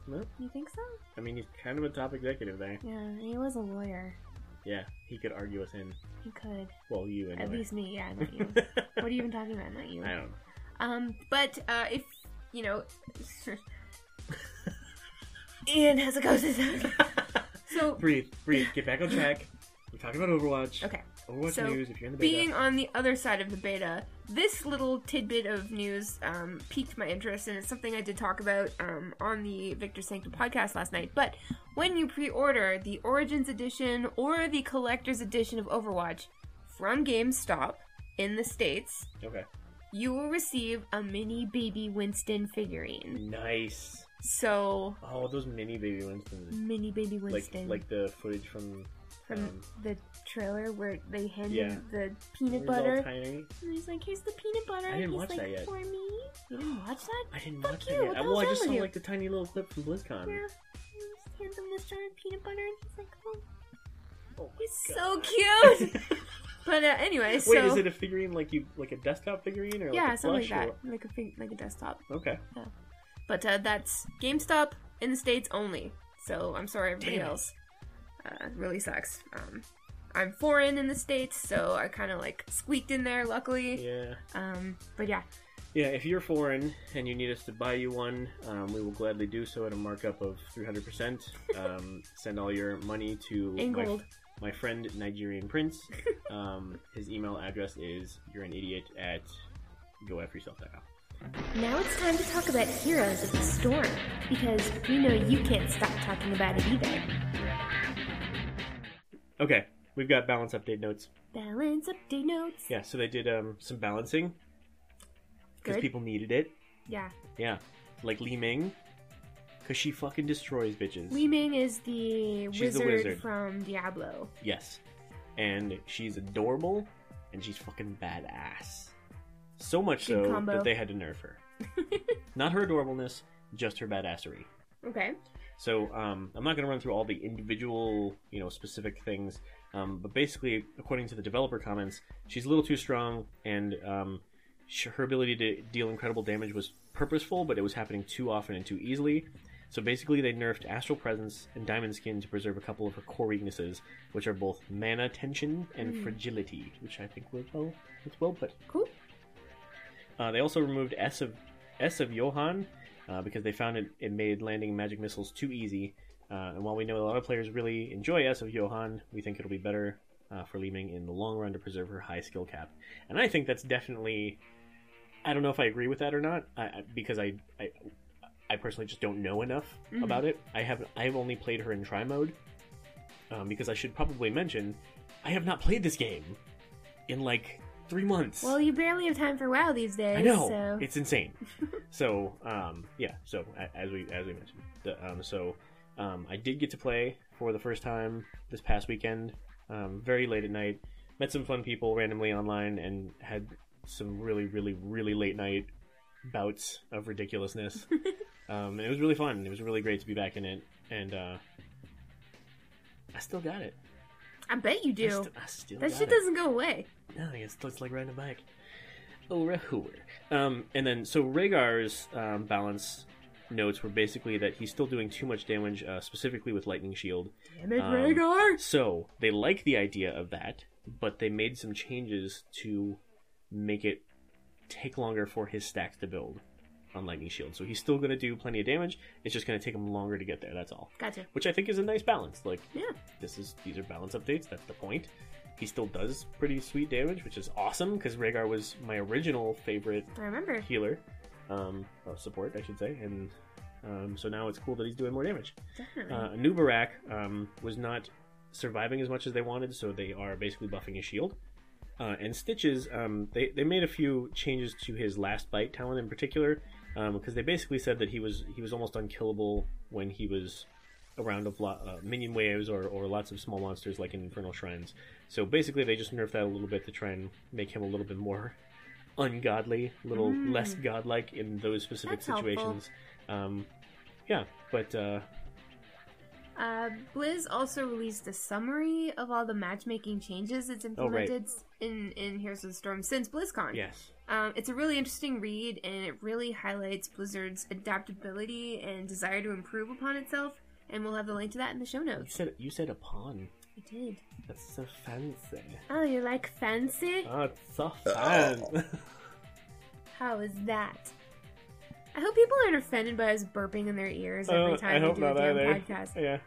S2: No?
S1: You think so?
S2: I mean, he's kind of a top executive there.
S1: Yeah, he was a lawyer.
S2: Yeah, he could argue us in.
S1: He could.
S2: Well, you anyway.
S1: At least me, yeah, not you. what are you even talking about? Not you.
S2: I don't know.
S1: Um, but uh, if you know, Ian has a ghost. so
S2: breathe, breathe. Get back on track. We're talking about Overwatch.
S1: okay,
S2: Overwatch
S1: So,
S2: news. If you're in the beta,
S1: being on the other side of the beta, this little tidbit of news um, piqued my interest, and it's something I did talk about um, on the Victor Sanctum podcast last night. But when you pre-order the Origins Edition or the Collector's Edition of Overwatch from GameStop in the states,
S2: okay.
S1: you will receive a mini baby Winston figurine.
S2: Nice.
S1: So
S2: Oh, those mini baby Winstons.
S1: mini baby
S2: Like
S1: Winston
S2: like the footage from
S1: from
S2: um,
S1: the trailer where they hand
S2: Yeah.
S1: him the
S2: when
S1: peanut
S2: he was all
S1: butter.
S2: tiny.
S1: And he's like, "Here's the peanut butter."
S2: I didn't
S1: and he's
S2: watch
S1: like,
S2: that yet.
S1: For me, you didn't watch that?
S2: I didn't
S1: Fuck
S2: watch
S1: you,
S2: that
S1: what
S2: yet.
S1: the
S2: Well, I
S1: hell's
S2: just
S1: wrong
S2: saw
S1: with you?
S2: like the tiny little clip from BlizzCon.
S1: Yeah. You just hand him this jar of peanut butter, and he's like, "Oh,
S2: Oh my
S1: he's
S2: God.
S1: so cute." but uh, anyway,
S2: Wait,
S1: so
S2: is it a figurine like you like a desktop figurine or like
S1: yeah,
S2: a
S1: something like
S2: plush
S1: that,
S2: or-
S1: like a fig- like a desktop.
S2: Okay.
S1: But uh, that's GameStop in the states only. So I'm sorry, everybody
S2: Damn it.
S1: else. Uh, really sucks. Um, I'm foreign in the states, so I kind of like squeaked in there. Luckily,
S2: Yeah.
S1: Um, but yeah,
S2: Yeah, if you're foreign and you need us to buy you one, um, we will gladly do so at a markup of 300%. Um, send all your money to
S1: in
S2: my,
S1: gold.
S2: my friend Nigerian Prince. Um, his email address is you're an idiot at goafteryourself.com.
S6: Now it's time to talk about Heroes of the Storm, because we know you can't stop talking about it either.
S2: Okay, we've got balance update notes.
S6: Balance update notes.
S2: Yeah, so they did um, some balancing because
S1: Good.
S2: people needed it.
S1: yeah.
S2: Yeah, like Li Ming, because she fucking destroys bitches.
S1: Li Ming is the
S2: She's the
S1: wizard,
S2: wizard.
S1: from Diablo.
S2: Yes. And she's adorable and she's fucking badass. So much
S1: Good
S2: so
S1: combo.
S2: that they had to nerf her. Not her adorableness, just her badassery.
S1: Okay.
S2: So um, I'm not going to run through all the individual, you know, specific things, um, but basically, according to the developer comments, she's a little too strong, and um, sh her ability to deal incredible damage was purposeful, but it was happening too often and too easily. So basically, they nerfed Astral Presence and Diamond Skin to preserve a couple of her core weaknesses, which are both mana tension and fragility, which I think was well, it's well put.
S1: Cool.
S2: Uh, they also removed S of S of Johan uh, because they found it, it made landing magic missiles too easy. Uh, and while we know a lot of players really enjoy S of Johan, we think it'll be better uh, for Leeming in the long run to preserve her high skill cap. And I think that's definitely. I don't know if I agree with that or not I, I- because I, I I personally just don't know enough
S1: Mhm.
S2: about it. I have I've only played her in try mode um, because I should probably mention I have not played this game in like three months.
S6: Well, you barely have time for WoW these days.
S2: I know
S6: So.
S2: it's insane. so um, yeah, so a- as we as we mentioned, the, um, so um, I did get to play for the first time this past weekend, um, very late at night. Met some fun people randomly online and had some really really really late night bouts of ridiculousness. um, and it was really fun. It was really great to be back in it, and uh, I still got it.
S1: I bet you
S2: I,
S1: do.
S2: st- I still
S1: that
S2: got
S1: shit
S2: it.
S1: doesn't go away.
S2: No, it's, it's like riding a bike. Oh, Rahul. Um, and then, so Rhaegar's um, balance notes were basically that he's still doing too much damage, uh, specifically with Lightning Shield.
S1: Damn it,
S2: Um,
S1: Rhaegar!
S2: So they like the idea of that, but they made some changes to make it take longer for his stacks to build on Lightning Shield. So he's still going to do plenty of damage. It's just going to take him longer to get there. That's all.
S1: Gotcha.
S2: Which I think is a nice balance. Like,
S1: Yeah.
S2: this is these are balance updates. That's the point. He still does pretty sweet damage, which is awesome because Rhaegar was my original favorite
S1: I remember.
S2: healer, um, or support, I should say, and um, so now it's cool that he's doing more damage.
S1: Definitely.
S2: Uh, Nubarak um, was not surviving as much as they wanted, so they are basically buffing his shield. Uh, and Stitches, um, they, they made a few changes to his last bite talent in particular, because they basically said that he was he was almost unkillable when he was around of lot, uh, minion waves or, or lots of small monsters like in Infernal Shrines. So basically, they just nerfed that a little bit to try and make him a little bit more ungodly, a little
S1: Mm.
S2: less godlike in those specific
S1: That's helpful.
S2: situations. Um, yeah, but uh,
S1: Uh, Blizz also released a summary of all the matchmaking changes it's
S2: Oh, right.
S1: implemented in in Heroes of the Storm since BlizzCon.
S2: yes.
S1: Um, it's a really interesting read, and it really highlights Blizzard's adaptability and desire to improve upon itself. And we'll have the link to that in the show
S2: You
S1: notes.
S2: said you said a pawn.
S1: I did.
S2: That's so fancy.
S1: Oh, you like fancy?
S2: Oh, it's so fun.
S1: How is that? I hope people aren't offended by us burping in their ears every
S2: Oh,
S1: time we do a damn podcast.
S2: Yeah,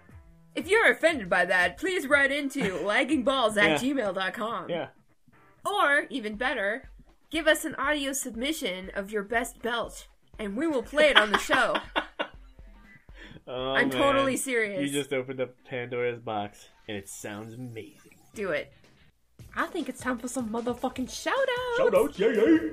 S1: If you're offended by that, please write into laggingballs at
S2: Yeah.
S1: gmail.com.
S2: yeah.
S1: Or, even better, give us an audio submission of your best belch, and we will play it on the show.
S2: Oh,
S1: I'm
S2: man.
S1: totally serious.
S2: You just opened up Pandora's box, and it sounds amazing.
S1: Do it. I think it's time for some motherfucking shout outs.
S2: outs, yay yay!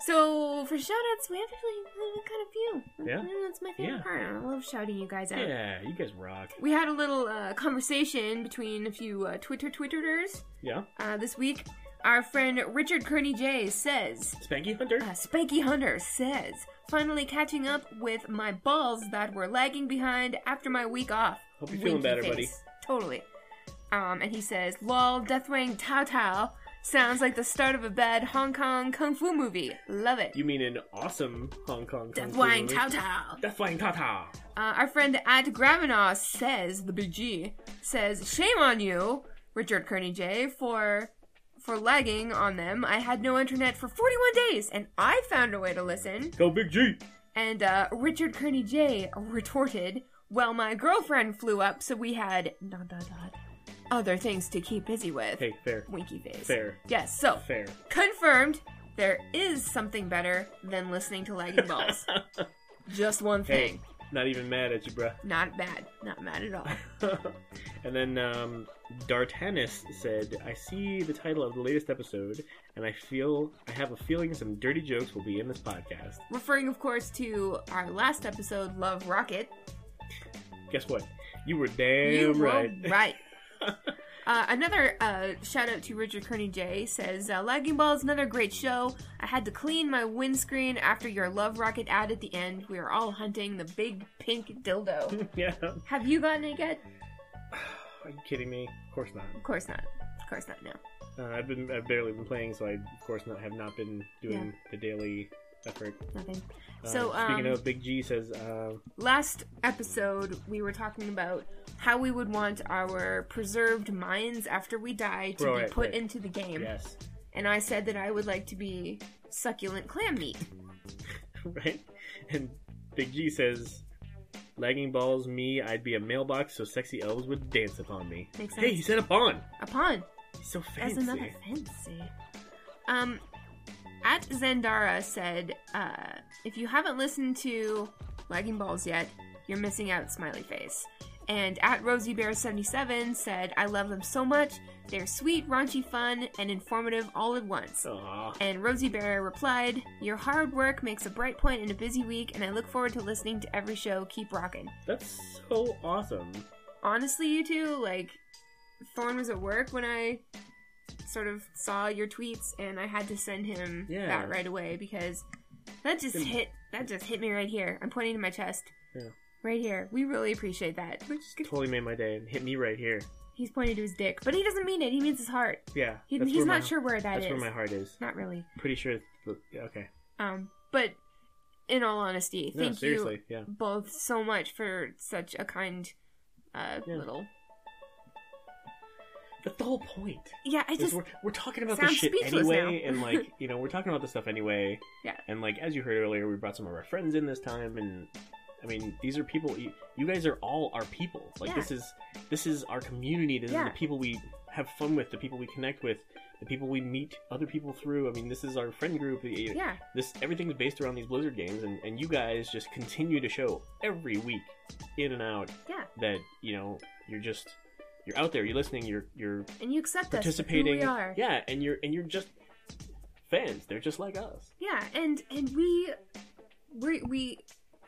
S1: So, for shout outs, we actually we got a few.
S2: Yeah?
S1: That's my favorite
S2: Yeah.
S1: part. I love shouting you guys out.
S2: Yeah, you guys rock.
S1: We had a little uh, conversation between a few uh, Twitter Twitterers
S2: Yeah,
S1: uh, this week. Our friend Richard Kearney J says,
S2: Spanky Hunter.
S1: Uh, Spanky Hunter says, finally catching up with my balls that were lagging behind after my week off.
S2: Hope you're feeling better, buddy.
S1: Totally. Um, and he says, lol, Deathwing Tao Tao sounds like the start of a bad Hong Kong kung fu movie. Love it.
S2: you mean an awesome Hong Kong? kung fu
S1: Deathwing
S2: movie?
S1: Tao Tao.
S2: Deathwing Tata.
S1: Uh, our friend at Gravinaw says, the big G, says, shame on you, Richard Kearney J, for for lagging on them. I had no internet for 41 days, and I found a way to listen.
S2: Go Big G.
S1: And uh, Richard Kearney J retorted, Well, my girlfriend flew up, so we had dot, dot, dot, other things to keep busy with.
S2: Hey, fair,
S1: Winky face.
S2: fair,
S1: Yes, so
S2: fair.
S1: confirmed there is something better than listening to lagging balls. Just one
S2: Hey.
S1: thing.
S2: Not even mad at you, bruh.
S1: Not bad. Not mad at all.
S2: and then um, Dartanis said, "I see the title of the latest episode, and I feel I have a feeling some dirty jokes will be in this podcast.
S1: Referring, of course, to our last episode, Love Rocket.
S2: Guess what? You were damn
S1: you
S2: right.
S1: were right. Uh, another uh, shout out to Richard Kearney J says, uh, Lagging Ball is another great show. I had to clean my windscreen after your Love Rocket ad at the end. We are all hunting the big pink dildo.
S2: yeah.
S1: Have you gotten it yet?
S2: Are you kidding me? Of course not.
S1: Of course not. Of course not, no.
S2: Uh, I've been I've barely been playing, so I of course not have not been doing the daily effort.
S1: Nothing.
S2: Uh,
S1: So,
S2: speaking
S1: um,
S2: of, Big G says, uh,
S1: Last episode, we were talking about how we would want our preserved minds after we die to be
S2: Right,
S1: put
S2: right.
S1: into the game.
S2: "Yes,
S1: And I said that I would like to be succulent clam meat.
S2: right? And Big G says, "Lagging balls, me. I'd be a mailbox, so sexy elves would dance upon me."
S1: Makes
S2: Hey,
S1: sense.
S2: he said upon.
S1: A pond.
S2: He's so
S1: That's
S2: fancy.
S1: another fancy. Um, at Zandara said, uh, if you haven't listened to Lagging Balls yet, you're missing out, smiley face. And at Rosie Bear 77 said, I love them so much. They're sweet, raunchy, fun, and informative all at once.
S2: Aw.
S1: And Rosie Bear replied, Your hard work makes a bright point in a busy week, and I look forward to listening to every show. Keep rocking.
S2: That's so awesome.
S1: honestly, you two, like, Thorn was at work when I sort of saw your tweets, and I had to send him
S2: Yeah.
S1: that right away because that just
S2: Didn't-
S1: hit. That just hit me right here. I'm pointing to my chest.
S2: Yeah.
S1: Right here. We really appreciate that. Good-
S2: Totally made my day and hit me right here.
S1: He's pointing to his dick, but he doesn't mean it. He means his heart.
S2: Yeah,
S1: He,
S2: that's
S1: he's
S2: where my-
S1: not sure where that is.
S2: that's where my heart is.
S1: Not really.
S2: Pretty sure. It's the, yeah, okay.
S1: Um, but in all honesty,
S2: No,
S1: thank you
S2: seriously. Yeah.
S1: both so much for such a kind uh,
S2: Yeah.
S1: little.
S2: That's the whole point.
S1: Yeah, I
S2: Is
S1: just
S2: we're, we're talking about
S1: sounds
S2: this shit
S1: speechless
S2: anyway,
S1: now.
S2: and like you know, we're talking about this stuff anyway.
S1: Yeah.
S2: And like as you heard earlier, we brought some of our friends in this time, and I mean, these are people. You, you guys are all our people. Like
S1: Yeah.
S2: this is this is our community. This
S1: Yeah.
S2: is the people we have fun with, the people we connect with, the people we meet other people through. I mean, this is our friend group. You-
S1: yeah.
S2: This everything's based around these Blizzard games, and, and you guys just continue to show every week, in and out.
S1: Yeah.
S2: That you know you're just you're out there. You're listening. You're you're
S1: and you accept us for who
S2: participating.
S1: we are.
S2: Yeah, and you're and you're just fans. They're just like us.
S1: Yeah, and and we we we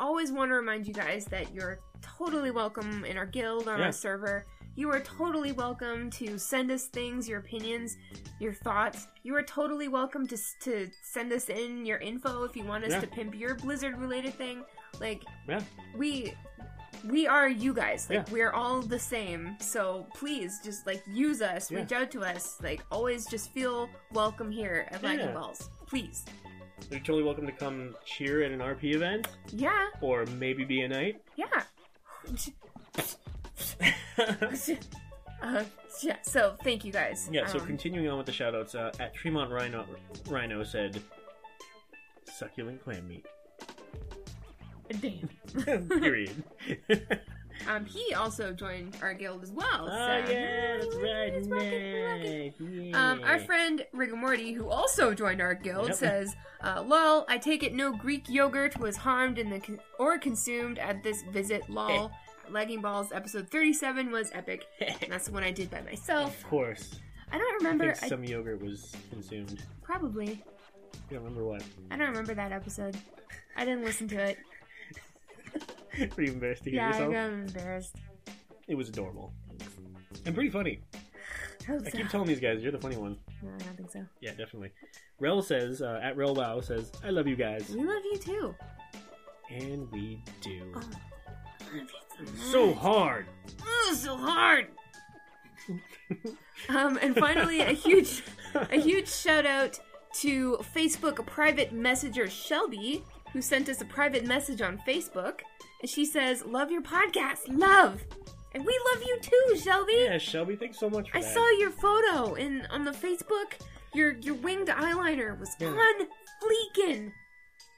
S1: always want to remind you guys that you're totally welcome in our guild on
S2: Yeah.
S1: our server. You are totally welcome to send us things, your opinions, your thoughts. You are totally welcome to s- to send us in your info if you want us
S2: Yeah.
S1: to pimp your Blizzard related thing. Like
S2: Yeah.
S1: we we are you guys. Like
S2: Yeah.
S1: we're all the same. So please just like use us,
S2: Yeah.
S1: reach out to us. Like always just feel welcome here at Lightning
S2: Yeah.
S1: Balls. Please.
S2: They're totally welcome to come cheer at an RP event
S1: Yeah,
S2: or maybe be a knight.
S1: yeah. uh, yeah. So thank you guys.
S2: yeah, so
S1: Um,
S2: continuing on with the shoutouts, uh, at Tremont Rhino Rhino said succulent clam meat.
S1: damn.
S2: Period.
S1: Um, he also joined our guild as well.
S2: oh
S1: so.
S2: yeah, that's right.
S1: It's rocking, rocking.
S2: nice. Yeah.
S1: Um, our friend Rigamorty, who also joined our guild,
S2: Yep.
S1: says, uh, "Lol, I take it no Greek yogurt was harmed in the con- or consumed at this visit. Lol, legging balls. Episode thirty-seven was epic. And that's the one I did by myself.
S2: Of course.
S1: I don't
S2: I
S1: remember.
S2: think
S1: I,
S2: some yogurt was consumed.
S1: probably.
S2: I don't remember what.
S1: I don't remember that episode. I didn't listen to it.
S2: Pretty embarrassed to hear
S1: yeah,
S2: yourself.
S1: I'm embarrassed.
S2: It was adorable. And pretty funny.
S1: I hope
S2: I
S1: so.
S2: keep telling these guys, you're the funny one.
S1: Oh, No, I don't think so.
S2: Yeah, definitely. Rel says, uh, at Rel Wow says, I love you guys.
S1: We love you too.
S2: And we do.
S1: Oh,
S2: So hard!
S1: oh, so hard. um, and finally, a huge, a huge shout out to Facebook private messenger Shelby, who sent us a private message on Facebook, and she says, "Love your podcast, love, and we love you too, Shelby."
S2: Yeah, Shelby, thanks so much for
S1: I
S2: that.
S1: saw your photo in on the Facebook. Your your winged eyeliner was
S2: Yeah.
S1: on fleekin'.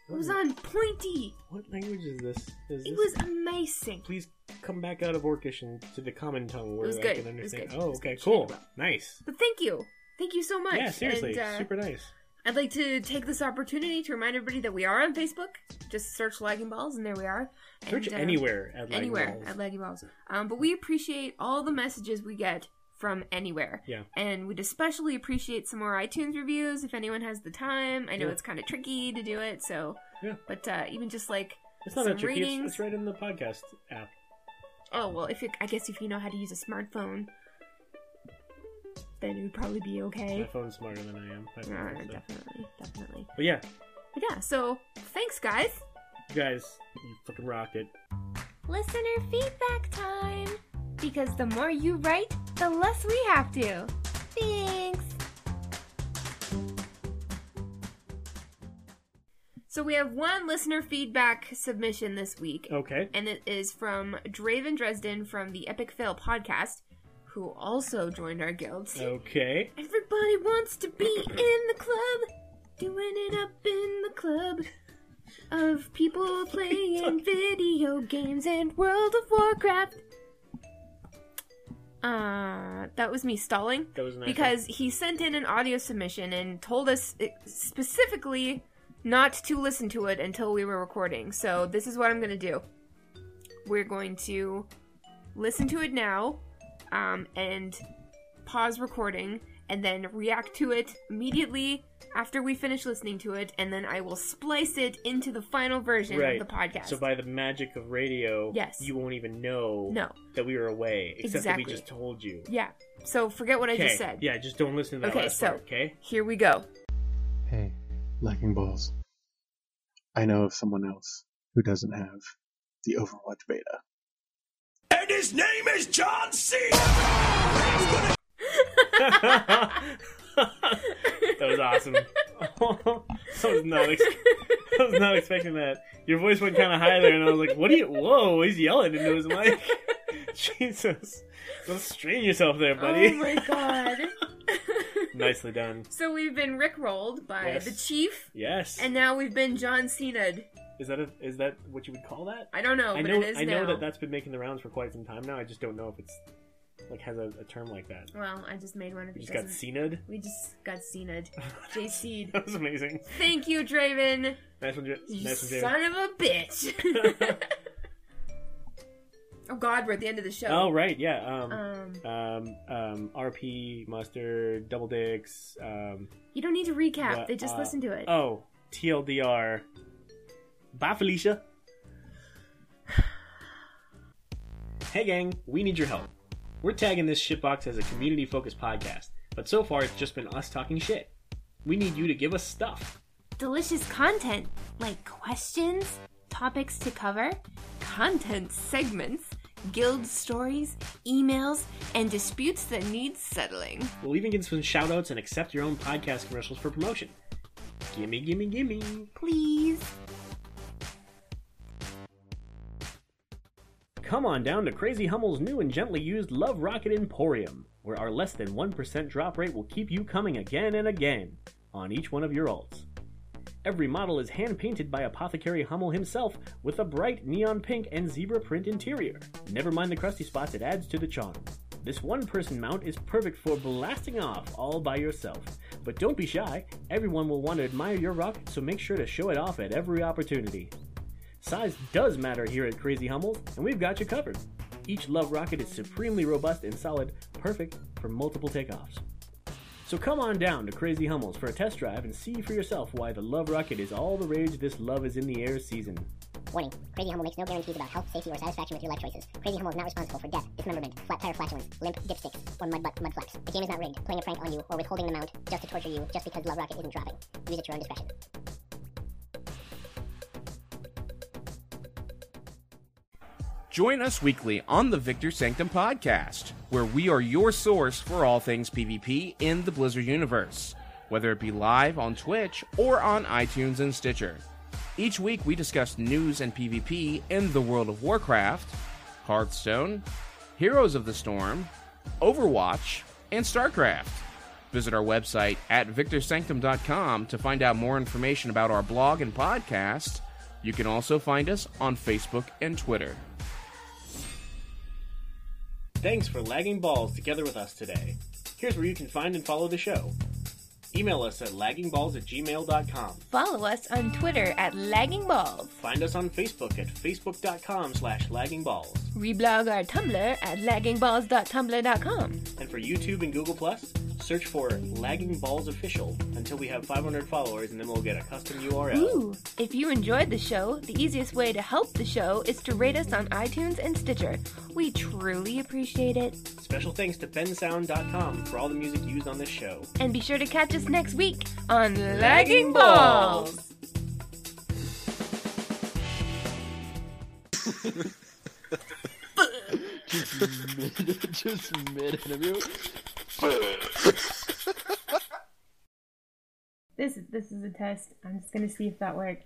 S1: It was
S2: What-
S1: on pointy.
S2: What language is this? Is
S1: It
S2: this-
S1: was amazing.
S2: Please come back out of Orcish and to the common tongue where
S1: was
S2: I
S1: good.
S2: can
S1: It was
S2: understand.
S1: good. It
S2: Oh,
S1: was
S2: okay,
S1: good. She did
S2: cool.
S1: well.
S2: Nice.
S1: But thank you. Thank you so much.
S2: Yeah, seriously,
S1: And, uh,
S2: super nice.
S1: I'd like to take this opportunity to remind everybody that we are on Facebook. Just search Lagging Balls, and there we are. And,
S2: Search
S1: uh,
S2: anywhere at Lightning
S1: Anywhere
S2: Balls.
S1: at Lagging Balls. Um, but we appreciate all the messages we get from anywhere.
S2: Yeah.
S1: And we'd especially appreciate some more iTunes reviews if anyone has the time. I know
S2: Yeah.
S1: it's kind of tricky to do it, so.
S2: Yeah.
S1: But uh, even just like,
S2: It's not
S1: some
S2: that tricky. It's,
S1: ratings.
S2: it's right in the podcast app.
S1: oh well, if it, I guess if you know how to use a smartphone, then it would probably be
S2: My
S1: okay.
S2: phone's smarter than I am. I don't
S1: Yeah,
S2: think so.
S1: definitely, definitely.
S2: But yeah,
S1: But yeah, so thanks, guys.
S2: you guys, you fucking rocked it.
S6: Listener feedback time! Because the more you write, the less we have to. Thanks!
S1: So we have one listener feedback submission this week,
S2: Okay.
S1: and it is from Draven Dresden from the Epic Fail podcast, who also joined our guild.
S2: Okay.
S1: Everybody wants to be in the club.
S6: Doing it up in the club of people playing video games and World of Warcraft.
S1: Uh, that was me stalling
S2: That was nice.
S1: because he sent in an audio submission and told us it- specifically not to listen to it until we were recording. So this is what I'm going to do. We're going to listen to it now um, and pause recording and then react to it immediately after we finish listening to it and then I will splice it into the final version
S2: Right.
S1: of the podcast.
S2: So by the magic of radio,
S1: Yes.
S2: you won't even know
S1: no.
S2: that we were away, except
S1: Exactly.
S2: that we just told you.
S1: Yeah. So forget what I
S2: Okay.
S1: just said.
S2: Yeah, just don't listen to that
S1: Okay,
S2: last
S1: so-
S2: part, okay?
S1: Here we go.
S7: Hey, lacking balls. I know of someone else who doesn't have the Overwatch beta.
S8: And his name is John C.
S2: that was awesome. I was not ex- I was not expecting that. Your voice went kind of high there, and I was like, "What are you? Whoa, he's yelling into his mic." Jesus, don't strain yourself there, buddy.
S1: Oh my god.
S2: Nicely done.
S1: so we've been rickrolled by
S2: Yes.
S1: the chief,
S2: Yes.
S1: and now we've been John Cena'd.
S2: is that a, is that what you would call that?
S1: I don't know,
S2: I
S1: Oh, but
S2: know.
S1: it is
S2: I know
S1: now.
S2: that that's been making the rounds for quite some time now. I just don't know if it's like has a, a term like that.
S1: Well, I just made one of
S2: You
S1: these.
S2: just got Cena'd.
S1: We just got Cena'd. JC'd.
S2: That was amazing.
S1: Thank you, Draven.
S2: Nice one, J-
S1: You
S2: nice one, Jamie.
S1: son of a bitch. oh god, we're at the end of the show.
S2: Oh right, yeah. Um,
S1: Um,
S2: um, um, RP, mustard, double dicks. Um,
S1: you don't need to recap.
S2: What,
S1: they just
S2: uh,
S1: listened to it.
S2: oh, TLDR. Bye, Felicia. Hey, gang, we need your help. We're tagging this shitbox as a community focused podcast, but so far it's just been us talking shit. We need you to give us stuff.
S6: Delicious content like questions, topics to cover,
S1: content segments, guild stories, emails, and disputes that need settling.
S2: We'll even get some shout outs and accept your own podcast commercials for promotion. Gimme, gimme, gimme.
S6: please.
S2: Come on down to Crazy Hummel's new and gently used Love Rocket Emporium, where our less than 1% drop rate will keep you coming again and again on each one of your alts. Every model is hand painted by Apothecary Hummel himself with a bright neon pink and zebra print interior. Never mind the crusty spots, it adds to the charm. This one person mount is perfect for blasting off all by yourself. But don't be shy, everyone will want to admire your rocket, so make sure to show it off at every opportunity. Size does matter here at Crazy Hummels, and we've got you covered. Each Love Rocket is supremely robust and solid, perfect for multiple takeoffs. So come on down to Crazy Hummels for a test drive and see for yourself why the Love Rocket is all the rage this Love is in the Air season.
S9: Warning, Crazy Humble makes no guarantees about health, safety, or satisfaction with your life choices. Crazy Humble is not responsible for death, dismemberment, flat tire flatulence, limp, dipsticks, or mud butt mud flaps. The game is not rigged, playing a prank on you, or withholding the mount just to torture you just because Love Rocket isn't dropping. Use at your own discretion.
S8: Join us weekly on the Victor Sanctum podcast, where we are your source for all things PvP in the Blizzard universe, whether it be live on Twitch or on iTunes and Stitcher. Each week we discuss news and PvP in the world of Warcraft, Hearthstone, Heroes of the Storm, Overwatch, and StarCraft. Visit our website at victorsanctum.com to find out more information about our blog and podcast. You can also find us on Facebook and Twitter.
S2: Thanks for lagging balls together with us today. Here's where you can find and follow the show. Email us at laggingballs at gmail.com.
S1: Follow us on Twitter at laggingballs.
S2: Find us on Facebook at facebook.com slash laggingballs.
S1: Reblog our Tumblr at laggingballs.tumblr.com.
S2: And for YouTube and Google Plus, search for Lagging Balls Official until we have 500 followers, and then we'll get a custom URL.
S1: Ooh! If you enjoyed the show, the easiest way to help the show is to rate us on iTunes and Stitcher. We truly appreciate it.
S2: Special thanks to bensound.com for all the music used on this show.
S1: And be sure to catch us next week on Lagging Balls!
S4: Just mid, just mid interview.
S1: This, this is a test. I'm just gonna see if that works.